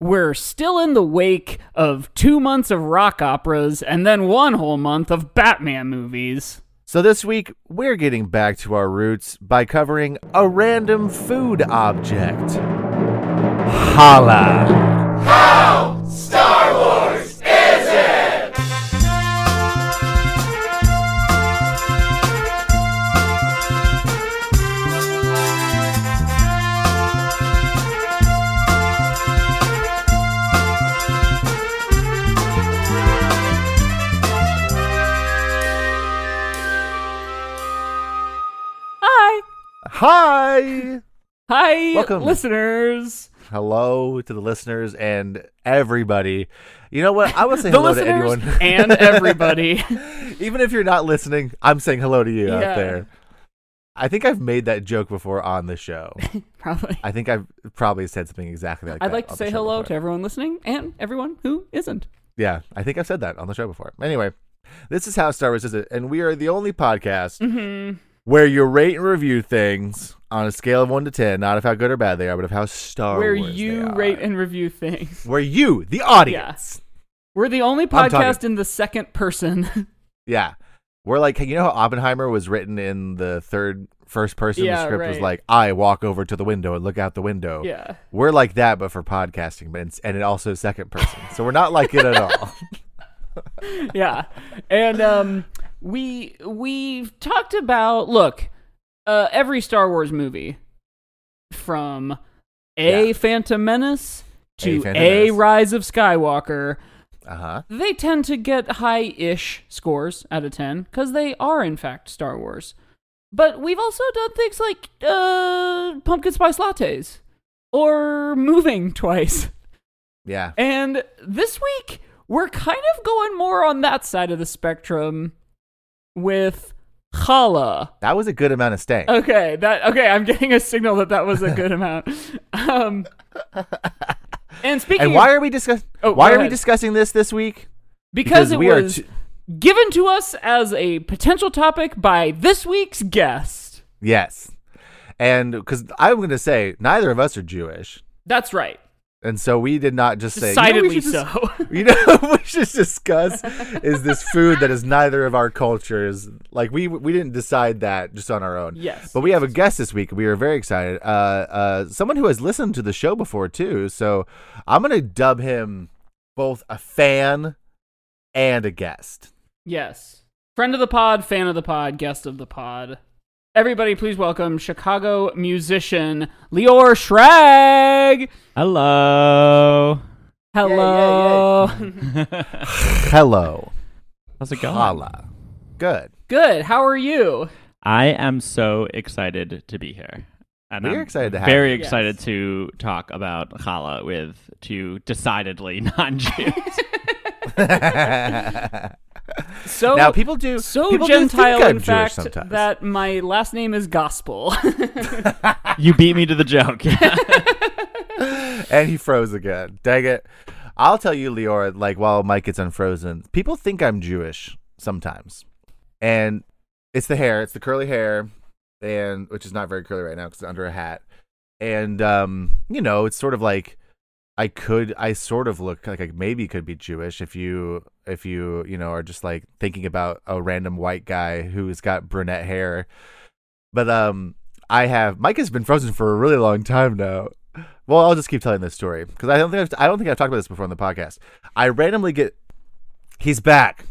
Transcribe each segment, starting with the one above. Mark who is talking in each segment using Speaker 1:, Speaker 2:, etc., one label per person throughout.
Speaker 1: we're still in the wake of two months of rock operas and then one whole month of Batman movies.
Speaker 2: So this week, we're getting back to our roots by covering a random food object. Holla.
Speaker 1: Hi.
Speaker 2: Hi.
Speaker 1: Hi,
Speaker 2: Welcome.
Speaker 1: listeners.
Speaker 2: Hello to the listeners and everybody. You know what? I would say
Speaker 1: the
Speaker 2: hello to
Speaker 1: listeners
Speaker 2: anyone.
Speaker 1: and everybody.
Speaker 2: Even if you're not listening, I'm saying hello to you
Speaker 1: Yeah.
Speaker 2: out there. I think I've made that joke before on the show.
Speaker 1: Probably.
Speaker 2: I think I've probably said something exactly like that.
Speaker 1: I'd like to
Speaker 2: on the
Speaker 1: say
Speaker 2: show
Speaker 1: hello
Speaker 2: before.
Speaker 1: to everyone listening and everyone who isn't.
Speaker 2: Yeah, I think I've said that on the show before. Anyway, this is how Star Wars is it, and we are the only podcast
Speaker 1: Mm.
Speaker 2: Mm-hmm. where you rate and review things on a scale of one to ten, not of how good or bad they are, but of how Star
Speaker 1: where
Speaker 2: Wars
Speaker 1: you
Speaker 2: they are.
Speaker 1: rate and review things.
Speaker 2: where you, the audience,
Speaker 1: Yes. We're the only
Speaker 2: talking-
Speaker 1: podcast in the second person.
Speaker 2: yeah, we're like you know how Oppenheimer was written in the third first person.
Speaker 1: Yeah,
Speaker 2: the script was
Speaker 1: right.
Speaker 2: like, I walk over to the window and look out the window.
Speaker 1: yeah.
Speaker 2: We're like that, but for podcasting, but it's, and it also second person. So we're not like it at all.
Speaker 1: yeah. And um we we've talked about look, uh every Star Wars movie from A
Speaker 2: Yeah.
Speaker 1: Phantom Menace to
Speaker 2: A
Speaker 1: A,
Speaker 2: Phantom Menace.
Speaker 1: Rise of Skywalker,
Speaker 2: Uh huh.
Speaker 1: they tend to get high-ish scores out of 10 cuz they are in fact Star Wars. But we've also done things like uh pumpkin spice lattes or moving twice.
Speaker 2: Yeah.
Speaker 1: And this week, we're kind of going more on that side of the spectrum with challah.
Speaker 2: That was a good amount of stank.
Speaker 1: Okay, that okay. I'm getting a signal that that was a good amount. Um, and speaking,
Speaker 2: And why
Speaker 1: of,
Speaker 2: are we discussing?
Speaker 1: Oh,
Speaker 2: why
Speaker 1: go
Speaker 2: are we
Speaker 1: ahead.
Speaker 2: discussing this this week?
Speaker 1: because, it
Speaker 2: we are
Speaker 1: was
Speaker 2: t-
Speaker 1: given to us as a potential topic by this week's guest.
Speaker 2: yes, and because I'm going to say neither of us are Jewish,
Speaker 1: That's right,
Speaker 2: and so we did not just say
Speaker 1: decidedly
Speaker 2: you know, we should dis-
Speaker 1: so.
Speaker 2: you know, what we should discuss is this food that is neither of our cultures. Like we we didn't decide that just on our own.
Speaker 1: Yes.
Speaker 2: but we have a guest this week. We are very excited. Uh, uh, someone who has listened to the show before too. So I'm going to dub him both a fan and a guest.
Speaker 1: Yes. Friend of the pod, fan of the pod, guest of the pod. Everybody, please welcome Chicago musician Lior Schrag.
Speaker 3: Hello.
Speaker 1: Hello.
Speaker 2: Hello.
Speaker 3: How's it
Speaker 1: Oh.
Speaker 3: going?
Speaker 2: Holla. Good.
Speaker 1: Good. How are you?
Speaker 3: I am so excited to be here. And
Speaker 2: We're
Speaker 3: I'm
Speaker 2: excited to have
Speaker 3: Very
Speaker 1: you.
Speaker 3: excited
Speaker 1: Yes.
Speaker 3: to talk about challah with two decidedly non-Jews.
Speaker 1: So
Speaker 2: now people do
Speaker 1: so
Speaker 2: people do think
Speaker 1: gentile
Speaker 2: I'm
Speaker 1: in
Speaker 2: Jewish
Speaker 1: fact
Speaker 2: sometimes.
Speaker 1: that my last name is Gospel.
Speaker 3: you beat me to the joke.
Speaker 2: and he froze again. Dang it! I'll tell you, Leora. Like while Mike gets unfrozen, people think I'm Jewish sometimes, and it's the hair. It's the curly hair, and which is not very curly right now because it's under a hat. And um, you know, it's sort of like I could, I sort of look like I maybe could be Jewish if you, if you, you know, are just like thinking about a random white guy who's got brunette hair. But um, I have Mike has been frozen for a really long time now. Well, I'll just keep telling this story because I don't think I've, I don't think I've talked about this before on the podcast. I randomly get he's back.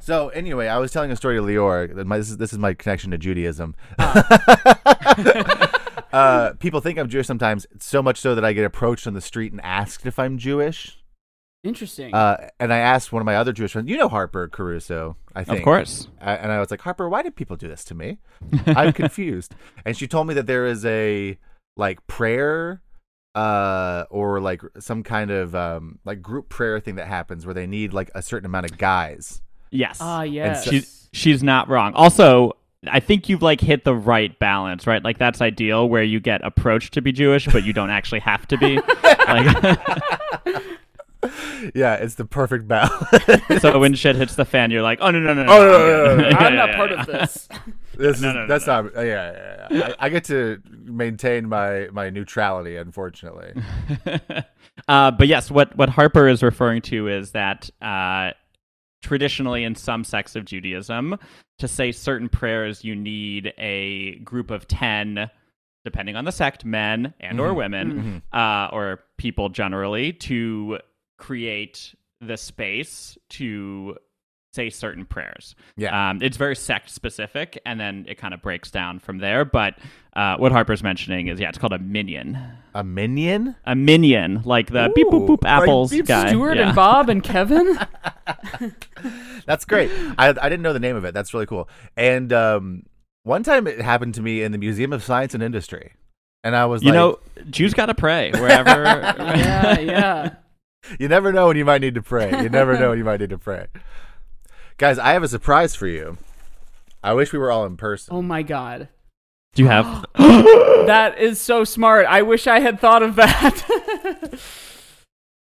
Speaker 2: So anyway, I was telling a story to Lior. that My, this is this is my connection to Judaism. uh, people think I'm Jewish sometimes, so much so that I get approached on the street and asked if I'm Jewish.
Speaker 1: Interesting.
Speaker 2: Uh, and I asked one of my other Jewish friends, you know Harper Caruso, I think.
Speaker 3: of course.
Speaker 2: I- and I was like, Harper, why did people do this to me? I'm confused. And she told me that there is a like prayer uh or like some kind of um like group prayer thing that happens where they need like a certain amount of guys.
Speaker 3: Yes.
Speaker 1: ah, yes.
Speaker 2: so-
Speaker 3: she's she's not wrong. Also, I think you've like hit the right balance, right? Like that's ideal where you get approached to be Jewish, but you don't actually have to be. like,
Speaker 2: Yeah, it's the perfect balance.
Speaker 3: so when shit hits the fan, you're like, oh no no no
Speaker 2: Oh, no, no, no, no, no.
Speaker 3: Yeah,
Speaker 1: I'm
Speaker 3: yeah,
Speaker 1: not
Speaker 3: yeah,
Speaker 1: part
Speaker 3: yeah.
Speaker 1: of this.
Speaker 2: this
Speaker 3: No,
Speaker 2: is,
Speaker 3: no, no,
Speaker 2: that's not yeah, yeah, yeah. I, I get to maintain my my neutrality unfortunately.
Speaker 3: Uh, but yes, what what Harper is referring to is that uh, traditionally, in some sects of Judaism, to say certain prayers, you need a group of ten, depending on the sect, men and or
Speaker 2: Mhm.
Speaker 3: women uh, or people generally, to create the space to say certain prayers.
Speaker 2: Yeah.
Speaker 3: Um, it's very sect specific, and then it kind of breaks down from there. But uh, what Harper's mentioning is, yeah, it's called a minion.
Speaker 2: a minion?
Speaker 3: A minion, like the beep boop
Speaker 2: Ooh,
Speaker 3: boop apples
Speaker 2: like beep
Speaker 3: guy.
Speaker 1: Stuart
Speaker 3: yeah.
Speaker 1: and Bob and Kevin.
Speaker 2: That's great. I, I didn't know the name of it. That's really cool. And um, one time it happened to me in the Museum of Science and Industry. And I was
Speaker 3: You
Speaker 2: like,
Speaker 3: know, Jews gotta pray wherever.
Speaker 1: yeah, yeah.
Speaker 2: you never know when you might need to pray. You never know when you might need to pray. Guys, I have a surprise for you. I wish we were all in person.
Speaker 1: Oh my god.
Speaker 3: Do you have?
Speaker 1: That is so smart. I wish I had thought of that.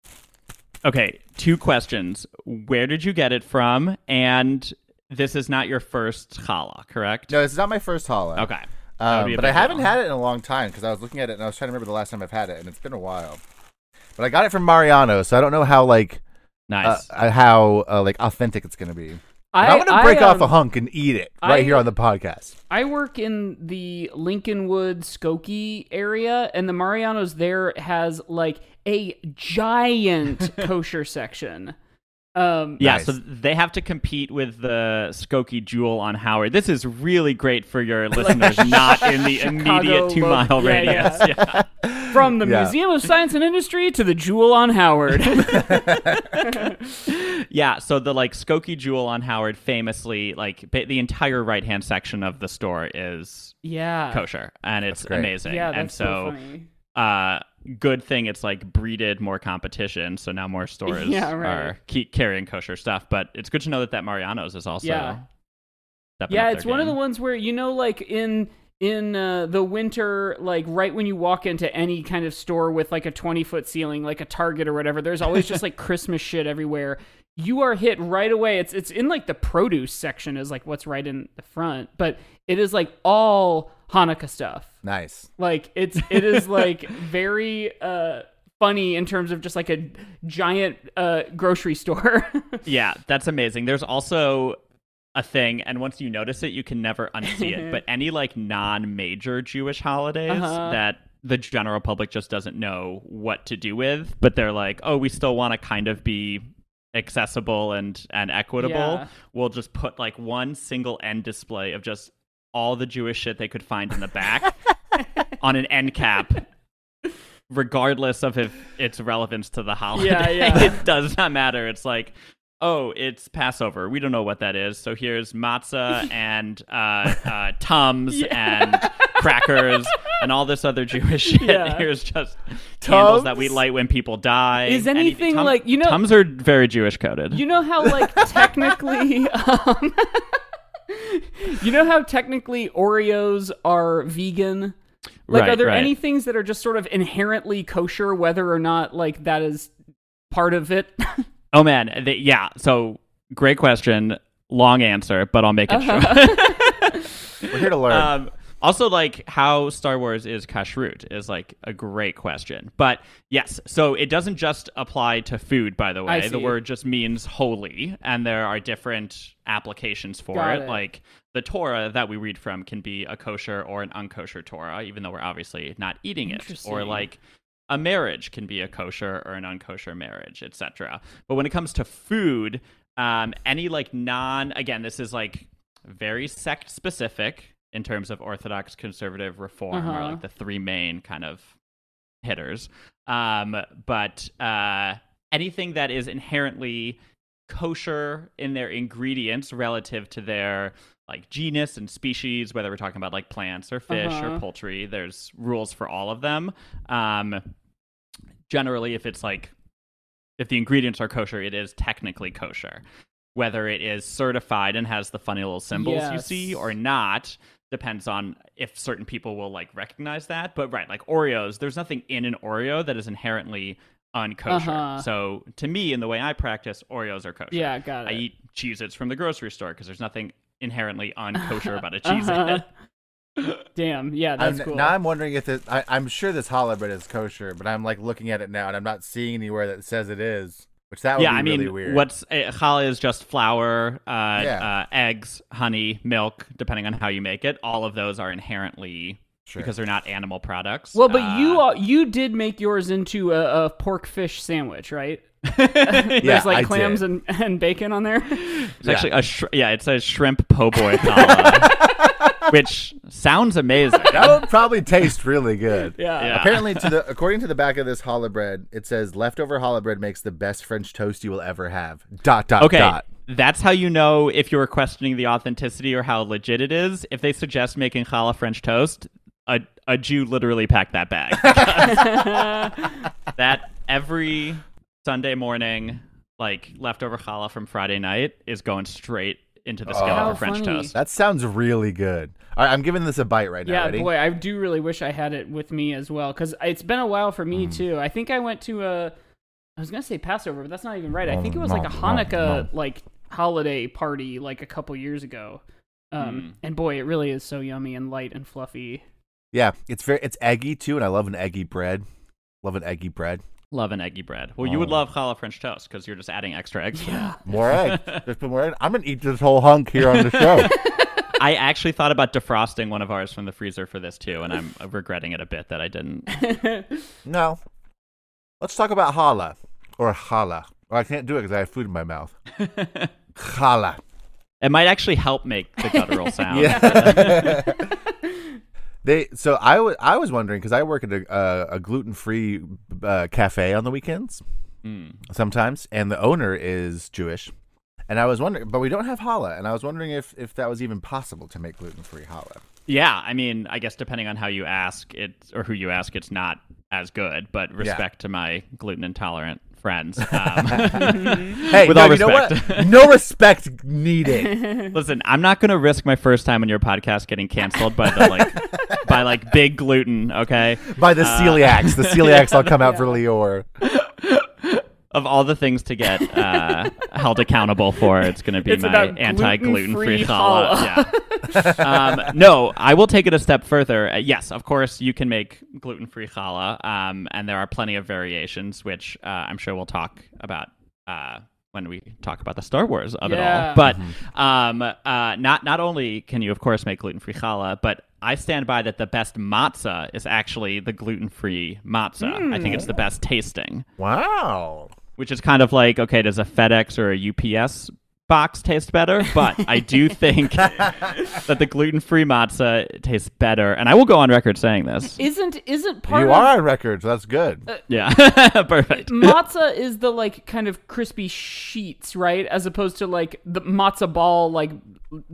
Speaker 3: Okay, two questions. Where did you get it from? And this is not your first challah, correct?
Speaker 2: No, this is not my first holla.
Speaker 3: Okay. That would
Speaker 2: Um,
Speaker 3: be a
Speaker 2: but I
Speaker 3: big
Speaker 2: haven't
Speaker 3: deal.
Speaker 2: had it in a long time because I was looking at it and I was trying to remember the last time I've had it, and it's been a while. But I got it from Mariano, so I don't know how like uh,
Speaker 3: Nice.
Speaker 2: uh, how uh, like authentic it's gonna be.
Speaker 1: I,
Speaker 2: I, am gonna break off
Speaker 1: um,
Speaker 2: a hunk and eat it right
Speaker 1: I-
Speaker 2: here on the podcast.
Speaker 1: I work in the Lincolnwood Skokie area, and the Mariano's there has like a giant kosher section. Um,
Speaker 3: yeah,
Speaker 2: Nice.
Speaker 3: so they have to compete with the Skokie Jewel on Howard. This is really great for your listeners not in the
Speaker 1: Chicago
Speaker 3: immediate two
Speaker 1: loc-
Speaker 3: mile
Speaker 1: yeah,
Speaker 3: radius.
Speaker 1: yeah.
Speaker 3: Yeah.
Speaker 1: from the
Speaker 2: Yeah.
Speaker 1: Museum of Science and Industry to the Jewel on Howard.
Speaker 3: Yeah, so the like Skokie Jewel on Howard famously like ba- the entire right hand section of the store is
Speaker 1: yeah,
Speaker 3: kosher and it's
Speaker 2: great.
Speaker 3: amazing.
Speaker 1: yeah, Ah, that's
Speaker 3: and
Speaker 1: so,
Speaker 3: so
Speaker 1: funny.
Speaker 3: uh good thing it's like breeded more competition, so now more stores
Speaker 1: Yeah, right.
Speaker 3: are keep carrying kosher stuff, but it's good to know that that Mariano's is also
Speaker 1: Yeah.
Speaker 3: stepping
Speaker 1: Yeah,
Speaker 3: up
Speaker 1: it's
Speaker 3: their
Speaker 1: one of the
Speaker 3: game.
Speaker 1: ones where you know, like in in uh, the winter, like right when you walk into any kind of store with like a twenty foot ceiling, like a Target or whatever. There's always just like Christmas shit everywhere. You are hit right away. It's it's in like the produce section is like what's right in the front, but it is like all Hanukkah stuff.
Speaker 2: Nice.
Speaker 1: Like it's it is like very uh funny in terms of just like a giant uh grocery store.
Speaker 3: Yeah, that's amazing. There's also a thing, and once you notice it, you can never unsee it. But any like non-major Jewish holidays
Speaker 1: Uh-huh.
Speaker 3: that the general public just doesn't know what to do with, but they're like, oh, we still want to kind of be accessible and and equitable.
Speaker 1: Yeah.
Speaker 3: We'll just put like one single end display of just all the Jewish shit they could find in the back on an end cap. Regardless of if its relevance to the holiday,
Speaker 1: yeah.
Speaker 3: it does not matter. It's like oh, it's Passover. We don't know what that is. So here's matzah and uh, uh, tums and crackers and all this other Jewish shit.
Speaker 1: Yeah.
Speaker 3: Here's just candles that we
Speaker 2: Tums?
Speaker 3: light when people die.
Speaker 1: Is
Speaker 3: Any-
Speaker 1: anything like- you know-
Speaker 3: tums are very Jewish coded.
Speaker 1: You know how like technically um, You know how technically Oreos are vegan? Like
Speaker 3: Right,
Speaker 1: are there
Speaker 3: right.
Speaker 1: any things that are just sort of inherently kosher whether or not like that is part of it?
Speaker 3: oh man, they, yeah. So great question, long answer, but I'll make it
Speaker 1: Uh-huh.
Speaker 3: short.
Speaker 2: We're here to learn.
Speaker 3: Um, also, like how Star Wars is kashrut is like a great question. But yes, so it doesn't just apply to food, by the
Speaker 1: I
Speaker 3: way. The
Speaker 1: see.
Speaker 3: word just means holy, and there are different applications for
Speaker 1: Got
Speaker 3: it.
Speaker 1: it.
Speaker 3: Like the Torah that we read from can be a kosher or an unkosher Torah, even though we're obviously not eating it. Or
Speaker 1: Interesting.
Speaker 3: like a marriage can be a kosher or an unkosher marriage, etc. But when it comes to food, um, any like non again, this is like very sect specific in terms of Orthodox, conservative, reform are
Speaker 1: Uh-huh.
Speaker 3: like the three main kind of hitters. Um, but uh, anything that is inherently kosher in their ingredients relative to their like genus and species, whether we're talking about like plants or fish
Speaker 1: Uh-huh.
Speaker 3: or poultry, there's rules for all of them. Um, generally, if it's like if the ingredients are kosher, it is technically kosher. Whether it is certified and has the funny little symbols you see
Speaker 1: Yes.
Speaker 3: or not depends on if certain people will like recognize that. But right, like Oreos, there's nothing in an Oreo that is inherently unkosher.
Speaker 1: Uh-huh.
Speaker 3: So to me, in the way I practice, Oreos are kosher.
Speaker 1: yeah, got
Speaker 3: I
Speaker 1: it.
Speaker 3: eat Cheez Its from the grocery store because there's nothing inherently unkosher about a Cheez It.
Speaker 1: Uh-huh. Damn. Yeah, that's
Speaker 2: I'm-
Speaker 1: cool.
Speaker 2: Now I'm wondering if this, I, I'm sure this challah bread is kosher, but I'm like looking at it now and I'm not seeing anywhere that says it is, which that would
Speaker 3: yeah,
Speaker 2: be
Speaker 3: I mean,
Speaker 2: really weird.
Speaker 3: what's uh, challah is just flour, uh,
Speaker 2: Yeah.
Speaker 3: uh, eggs, honey, milk, depending on how you make it. All of those are inherently
Speaker 2: Sure.
Speaker 3: because they're not animal products.
Speaker 1: well, but you
Speaker 3: uh,
Speaker 1: are, you did make yours into a, a pork fish sandwich, right? There's like
Speaker 2: I
Speaker 1: clams
Speaker 2: did.
Speaker 1: and, and bacon on there.
Speaker 3: It's actually a sh- yeah, it says shrimp po' boy challah, which sounds amazing.
Speaker 2: that would probably taste really good.
Speaker 1: yeah.
Speaker 3: Yeah.
Speaker 2: Apparently, to the according to the back of this challah bread, it says leftover challah bread makes the best French toast you will ever have. Dot dot
Speaker 3: Okay.
Speaker 2: dot.
Speaker 3: That's how you know if you are questioning the authenticity or how legit it is. If they suggest making challah French toast, a, a Jew literally packed that bag. that every Sunday morning, like leftover challah from Friday night, is going straight into the skillet
Speaker 1: Oh. How
Speaker 3: for French
Speaker 1: funny.
Speaker 3: toast.
Speaker 2: That sounds really good. All right, I'm giving this a bite right now.
Speaker 1: Yeah,
Speaker 2: Ready?
Speaker 1: boy, I do really wish I had it with me as well because it's been a while for
Speaker 2: Mm.
Speaker 1: me too. I think I went to a, I was gonna say Passover, but that's not even right. I think it was like a
Speaker 2: Mm,
Speaker 1: Hanukkah
Speaker 2: mm, mm.
Speaker 1: like holiday party like a couple years ago.
Speaker 2: Mm.
Speaker 1: Um, and boy, it really is so yummy and light and fluffy.
Speaker 2: Yeah, it's very it's eggy too, and I love an eggy bread. Love an eggy bread.
Speaker 3: Love an eggy bread. Well, you would
Speaker 2: Oh.
Speaker 3: love challah French toast because you're just adding extra eggs. to it.
Speaker 2: More egg. Just put more egg. I'm gonna eat this whole hunk here on the show.
Speaker 3: I actually thought about defrosting one of ours from the freezer for this too, and I'm regretting it a bit that I didn't.
Speaker 2: no. Let's talk about challah or challah. Or I can't do it because I have food in my mouth. Challah.
Speaker 3: It might actually help make the guttural sound.
Speaker 2: Yeah. they so I wa- I was wondering because I work at a uh, a gluten free uh, cafe on the weekends
Speaker 3: Mm.
Speaker 2: sometimes, and the owner is Jewish, and I was wondering, but we don't have challah, and I was wondering if if that was even possible to make gluten free challah.
Speaker 3: Yeah, I mean, I guess depending on how you ask it or who you ask, it's not as good. But respect to my gluten intolerant friends. Um,
Speaker 2: Hey,
Speaker 3: With
Speaker 2: no,
Speaker 3: all
Speaker 2: you know what?
Speaker 3: respect.
Speaker 2: No respect needed.
Speaker 3: listen, I'm not going to risk my first time on your podcast getting canceled by the like by like big gluten. Okay,
Speaker 2: By the celiacs, the celiacs all come out for Leor.
Speaker 3: of all the things to get uh, held accountable for, it's going to be
Speaker 1: It's
Speaker 3: my
Speaker 1: about
Speaker 3: anti-gluten
Speaker 1: gluten-free
Speaker 3: free challah. Yeah. um, no, I will take it a step further. Uh, yes, of course, you can make gluten-free challah, um, and there are plenty of variations, which uh, I'm sure we'll talk about. Uh, when we talk about the Star Wars of
Speaker 1: Yeah.
Speaker 3: it all, but um, uh, not not only can you of course make gluten free challah, but I stand by that the best matzah is actually the gluten free matzah. I think it's
Speaker 1: Mm.
Speaker 3: the best tasting
Speaker 2: Wow.
Speaker 3: which is kind of like okay, does a FedEx or a UPS box taste better? But I do think that the gluten-free matzah tastes better, and I will go on record saying this.
Speaker 1: isn't isn't part
Speaker 2: You
Speaker 1: of
Speaker 2: are on record, so that's good.
Speaker 3: Yeah, perfect.
Speaker 1: matzah is the like kind of crispy sheets, right? As opposed to like the matzah ball, like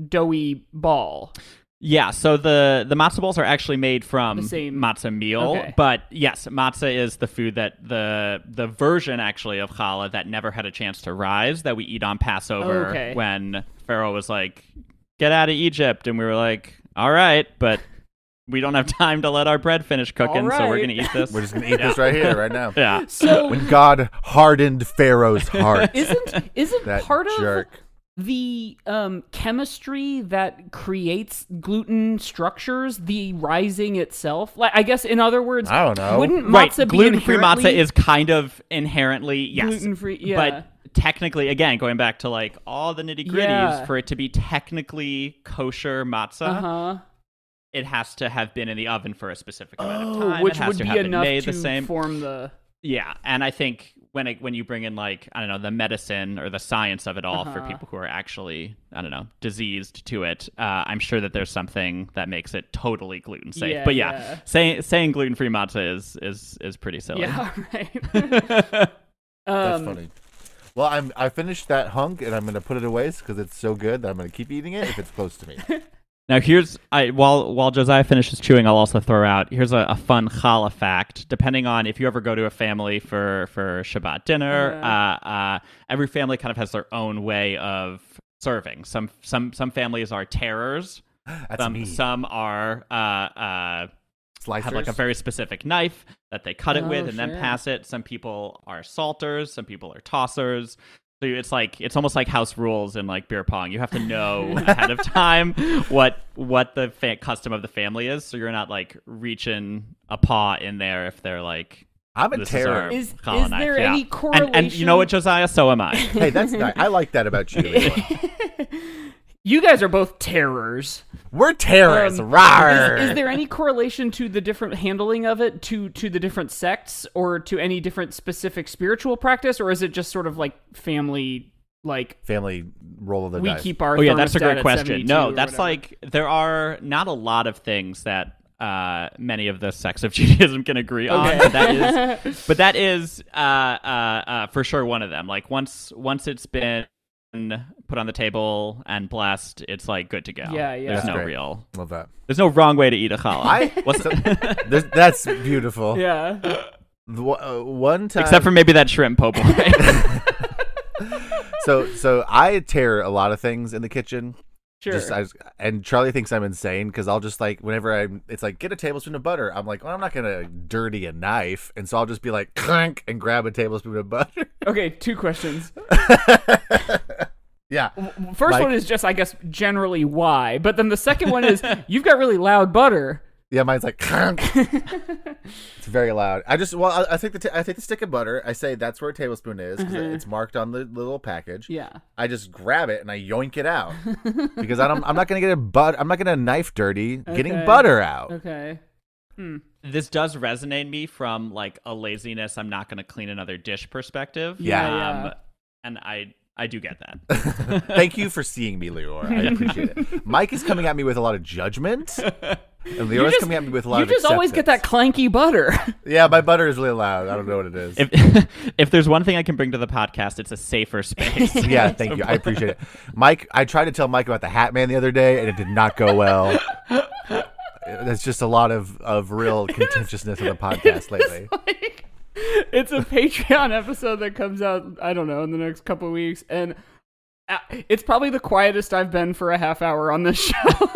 Speaker 1: doughy ball.
Speaker 3: Yeah, so the the matzo balls are actually made from
Speaker 1: The same-
Speaker 3: matzah meal,
Speaker 1: Okay.
Speaker 3: but yes, matzah is the food that the the version actually of challah that never had a chance to rise that we eat on Passover
Speaker 1: Okay.
Speaker 3: when Pharaoh was like, "Get out of Egypt," and we were like, "All right, but we don't have time to let our bread finish cooking, so we're
Speaker 1: right.
Speaker 3: gonna eat this."
Speaker 2: We're just gonna eat this right here, right now.
Speaker 3: yeah.
Speaker 1: So
Speaker 2: When God hardened Pharaoh's heart,
Speaker 1: isn't isn't
Speaker 2: that
Speaker 1: part of
Speaker 2: jerk.
Speaker 1: the um, chemistry that creates gluten structures the rising itself like i guess in other words
Speaker 2: I don't know.
Speaker 1: wouldn't
Speaker 3: right,
Speaker 1: matzah be
Speaker 3: gluten-free matzah
Speaker 1: inherently
Speaker 3: is kind of inherently yes,
Speaker 1: gluten-free yeah
Speaker 3: But technically, again, going back to like all the nitty gritties,
Speaker 1: Yeah.
Speaker 3: for it to be technically kosher matzah,
Speaker 1: uh-huh
Speaker 3: it has to have been in the oven for a specific amount of
Speaker 1: oh,
Speaker 3: time.
Speaker 1: which
Speaker 3: it has
Speaker 1: would
Speaker 3: to
Speaker 1: be
Speaker 3: have been
Speaker 1: enough
Speaker 3: made
Speaker 1: to
Speaker 3: the same.
Speaker 1: form the
Speaker 3: yeah, and I think when it, when you bring in like I don't know the medicine or the science of it all for
Speaker 1: Uh-huh.
Speaker 3: people who are actually I don't know diseased to it, uh, I'm sure that there's something that makes it totally gluten safe.
Speaker 1: Yeah,
Speaker 3: but yeah,
Speaker 1: yeah.
Speaker 3: saying saying gluten free matzah is is is pretty silly.
Speaker 1: yeah right
Speaker 2: That's
Speaker 1: um,
Speaker 2: funny. Well, I'm I finished that hunk and I'm gonna put it away because it's so good that I'm gonna keep eating it if it's close to me.
Speaker 3: Now here's I while while Josiah finishes chewing, I'll also throw out here's a, a fun challah fact. Depending on if you ever go to a family for for Shabbat dinner, uh, uh, every family kind of has their own way of serving. Some some some families are terrors.
Speaker 2: That's
Speaker 3: Some
Speaker 2: me.
Speaker 3: some are uh, uh,
Speaker 2: Slicers.
Speaker 3: have like a very specific knife that they cut it
Speaker 1: Oh,
Speaker 3: with and then
Speaker 1: sure.
Speaker 3: pass it. Some people are salters. Some people are tossers. So So it's like it's almost like house rules in like beer pong. You have to know ahead of time what what the fa- custom of the family is, so you're not like reaching a paw in there if they're like
Speaker 2: I'm a
Speaker 3: this is our
Speaker 2: terror.
Speaker 1: Is- is
Speaker 3: colonized.
Speaker 1: there
Speaker 3: Yeah.
Speaker 1: any
Speaker 3: And, and you know what, Josiah? So am I.
Speaker 2: hey, that's nice. I like that about you. Leora.
Speaker 1: you guys are both terrors.
Speaker 2: We're terrorists.
Speaker 1: Um,
Speaker 2: Rawr.
Speaker 1: Is, is there any correlation to the different handling of it to to the different sects or to any different specific spiritual practice, or is it just sort of like family? Like
Speaker 2: Family roll of the
Speaker 1: we
Speaker 2: dice.
Speaker 1: keep our
Speaker 3: Oh yeah, that's
Speaker 1: thermostat
Speaker 3: a great
Speaker 1: at
Speaker 3: question.
Speaker 1: 72
Speaker 3: No,
Speaker 1: or
Speaker 3: that's
Speaker 1: whatever.
Speaker 3: like there are not a lot of things that uh, many of the sects of Judaism can agree on. But that is, but that is uh, uh, uh, for sure one of them. Like once once it's been put on the table and blessed, it's like good to go.
Speaker 1: Yeah, yeah.
Speaker 3: There's
Speaker 1: That's
Speaker 3: no
Speaker 2: great.
Speaker 3: real.
Speaker 2: Love that.
Speaker 3: There's no wrong way to eat a challah.
Speaker 2: I.
Speaker 3: What's-
Speaker 2: so- there's- that's beautiful.
Speaker 1: yeah.
Speaker 2: The wa- uh, one time.
Speaker 3: Except for maybe that shrimp po' boy.
Speaker 2: so so I tear a lot of things in the kitchen.
Speaker 1: Sure.
Speaker 2: Just, I just- and Charlie thinks I'm insane because I'll just like whenever I'm, it's like get a tablespoon of butter. I'm like, well, I'm not gonna dirty a knife, and so I'll just be like clank and grab a tablespoon of butter.
Speaker 1: okay, two questions.
Speaker 2: yeah,
Speaker 1: First
Speaker 2: Mike?
Speaker 1: one is just, I guess, generally why, but then the second one is you've got really loud butter.
Speaker 2: yeah, mine's like clank. it's very loud. I just well, I, I take the ta- I take the stick of butter. I say that's where a tablespoon is because it's marked on the little package.
Speaker 1: Mm-hmm. Yeah.
Speaker 2: I just grab it and I yoink it out because I don't. I'm not gonna get a but. I'm not gonna knife dirty
Speaker 1: Okay.
Speaker 2: getting butter out.
Speaker 1: Okay.
Speaker 3: this does resonate me from like a laziness. I'm not going to clean another dish perspective. Um,
Speaker 2: Yeah.
Speaker 1: Yeah, yeah.
Speaker 3: and I I do get that.
Speaker 2: Thank you for seeing me, Leora. I appreciate it. Mike is coming at me with a lot of judgment, and
Speaker 1: You
Speaker 2: Leora's
Speaker 1: just-
Speaker 2: coming at me with a lot
Speaker 1: You
Speaker 2: of.
Speaker 1: just always get that
Speaker 2: acceptance.
Speaker 1: clanky butter.
Speaker 2: Yeah, my butter is really loud. I don't know what it is.
Speaker 3: If if there's one thing I can bring to the podcast, it's a safer space.
Speaker 2: yeah, thank you. I appreciate it, Mike. I tried to tell Mike about the Hat Man the other day, and it did not go well. There's just a lot of, of real contentiousness on the podcast lately.
Speaker 1: like it's a Patreon episode that comes out I don't know in the next couple of weeks and uh, it's probably the quietest I've been for a half hour on this show.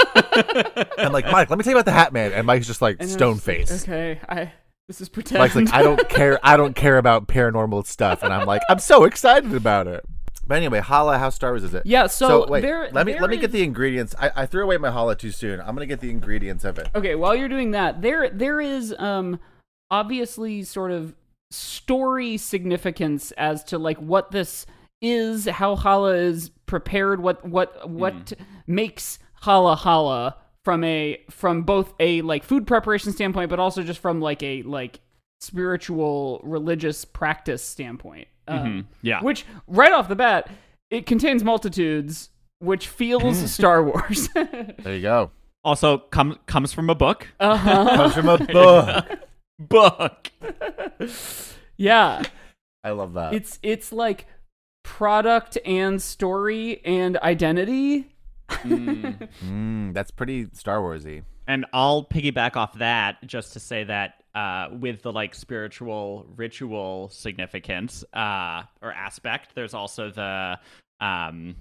Speaker 2: I'm like, Mike, let me tell you about the Hat Man, and Mike's just like
Speaker 1: And I'm
Speaker 2: stone
Speaker 1: just like,
Speaker 2: faced.
Speaker 1: Okay, I this is pretend.
Speaker 2: Mike's like, I don't care. I don't care about paranormal stuff, and I'm like, I'm so excited about it. But anyway, Hala, how Star Wars is it?
Speaker 1: Yeah, so
Speaker 2: wait,
Speaker 1: there-
Speaker 2: let me
Speaker 1: there
Speaker 2: let me
Speaker 1: is-
Speaker 2: get the ingredients. I, I threw away my Hala too soon. I'm gonna get the ingredients of it.
Speaker 1: okay, while you're doing that, there there is um obviously sort of story significance as to like what this is, how Hala is prepared, what what what makes Hala Hala from a from both a like food preparation standpoint, but also just from like a like spiritual religious practice standpoint. Um,
Speaker 3: Mm-hmm. hmm, yeah.
Speaker 1: Which right off the bat, it contains multitudes, which feels Star Wars.
Speaker 2: There you go.
Speaker 3: Also, comes comes from a book.
Speaker 1: Uh-huh.
Speaker 2: Comes from a book.
Speaker 3: book.
Speaker 1: yeah.
Speaker 2: I love that.
Speaker 1: it's it's like product and story and identity.
Speaker 2: Mm, that's pretty Star Warsy.
Speaker 3: And I'll piggyback off that just to say that uh, with the like spiritual ritual significance uh, or aspect, there's also the um,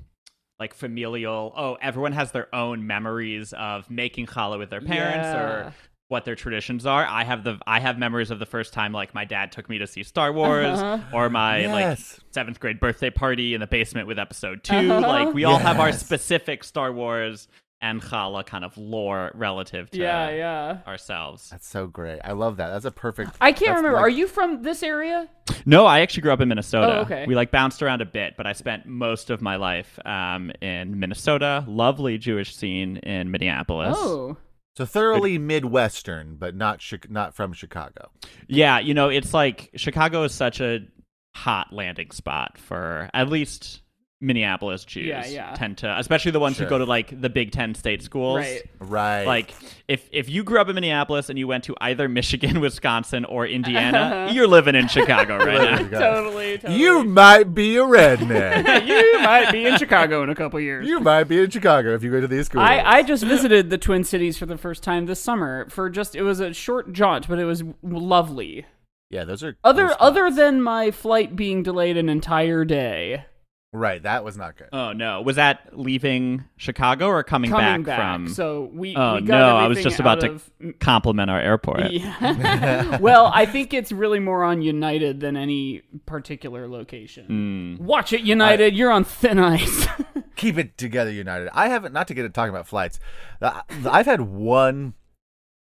Speaker 3: like familial. Oh, everyone has their own memories of making challah with their parents
Speaker 1: Yeah.
Speaker 3: or what their traditions are. I have the I have memories of the first time like my dad took me to see Star Wars
Speaker 1: Uh-huh.
Speaker 3: or my like
Speaker 2: Yes.
Speaker 3: seventh grade birthday party in the basement with episode 2
Speaker 1: Uh-huh.
Speaker 3: Like we all have our
Speaker 2: Yes.
Speaker 3: specific Star Wars and Chala kind of lore relative to
Speaker 1: Yeah, yeah.
Speaker 3: ourselves.
Speaker 2: That's so great. I love that. That's a perfect.
Speaker 1: I can't
Speaker 2: that's
Speaker 1: remember.
Speaker 2: like-
Speaker 1: Are you from this area?
Speaker 3: No, I actually grew up in Minnesota.
Speaker 1: Oh, okay.
Speaker 3: We like bounced around a bit, but I spent most of my life um, in Minnesota. Lovely Jewish scene in Minneapolis.
Speaker 1: Oh,
Speaker 2: so thoroughly Midwestern, but not chi- not from Chicago?
Speaker 3: Yeah, you know, it's like Chicago is such a hot landing spot for at least Minneapolis Jews
Speaker 1: Yeah, yeah.
Speaker 3: tend to, especially the ones
Speaker 2: Sure.
Speaker 3: who go to like the Big Ten state schools.
Speaker 1: right.
Speaker 2: Right.
Speaker 3: Like if if you grew up in Minneapolis and you went to either Michigan, Wisconsin, or
Speaker 1: Uh-huh.
Speaker 3: Indiana, you're living in Chicago right now.
Speaker 1: Totally, totally.
Speaker 2: you might be a redneck.
Speaker 1: you might be in Chicago in a couple years.
Speaker 2: you might be in Chicago if you go to these schools.
Speaker 1: I, I just visited the Twin Cities for the first time this summer for just it was a short jaunt, but it was lovely.
Speaker 2: yeah, those are cool
Speaker 1: Other
Speaker 2: spots.
Speaker 1: other than my flight being delayed an entire day.
Speaker 2: Right, that was not good.
Speaker 3: Oh no, was that leaving Chicago or coming,
Speaker 1: Coming
Speaker 3: back, from?
Speaker 1: so we.
Speaker 3: Oh,
Speaker 1: we got
Speaker 3: no, I was
Speaker 1: everything
Speaker 3: just about
Speaker 1: out
Speaker 3: to-
Speaker 1: of-
Speaker 3: Compliment our airport.
Speaker 1: Yeah. well, I think it's really more on United than any particular location.
Speaker 3: Mm.
Speaker 1: Watch it, United. you're on thin ice.
Speaker 2: Keep it together, United. I haven't not to get to talking about flights. I- I've had one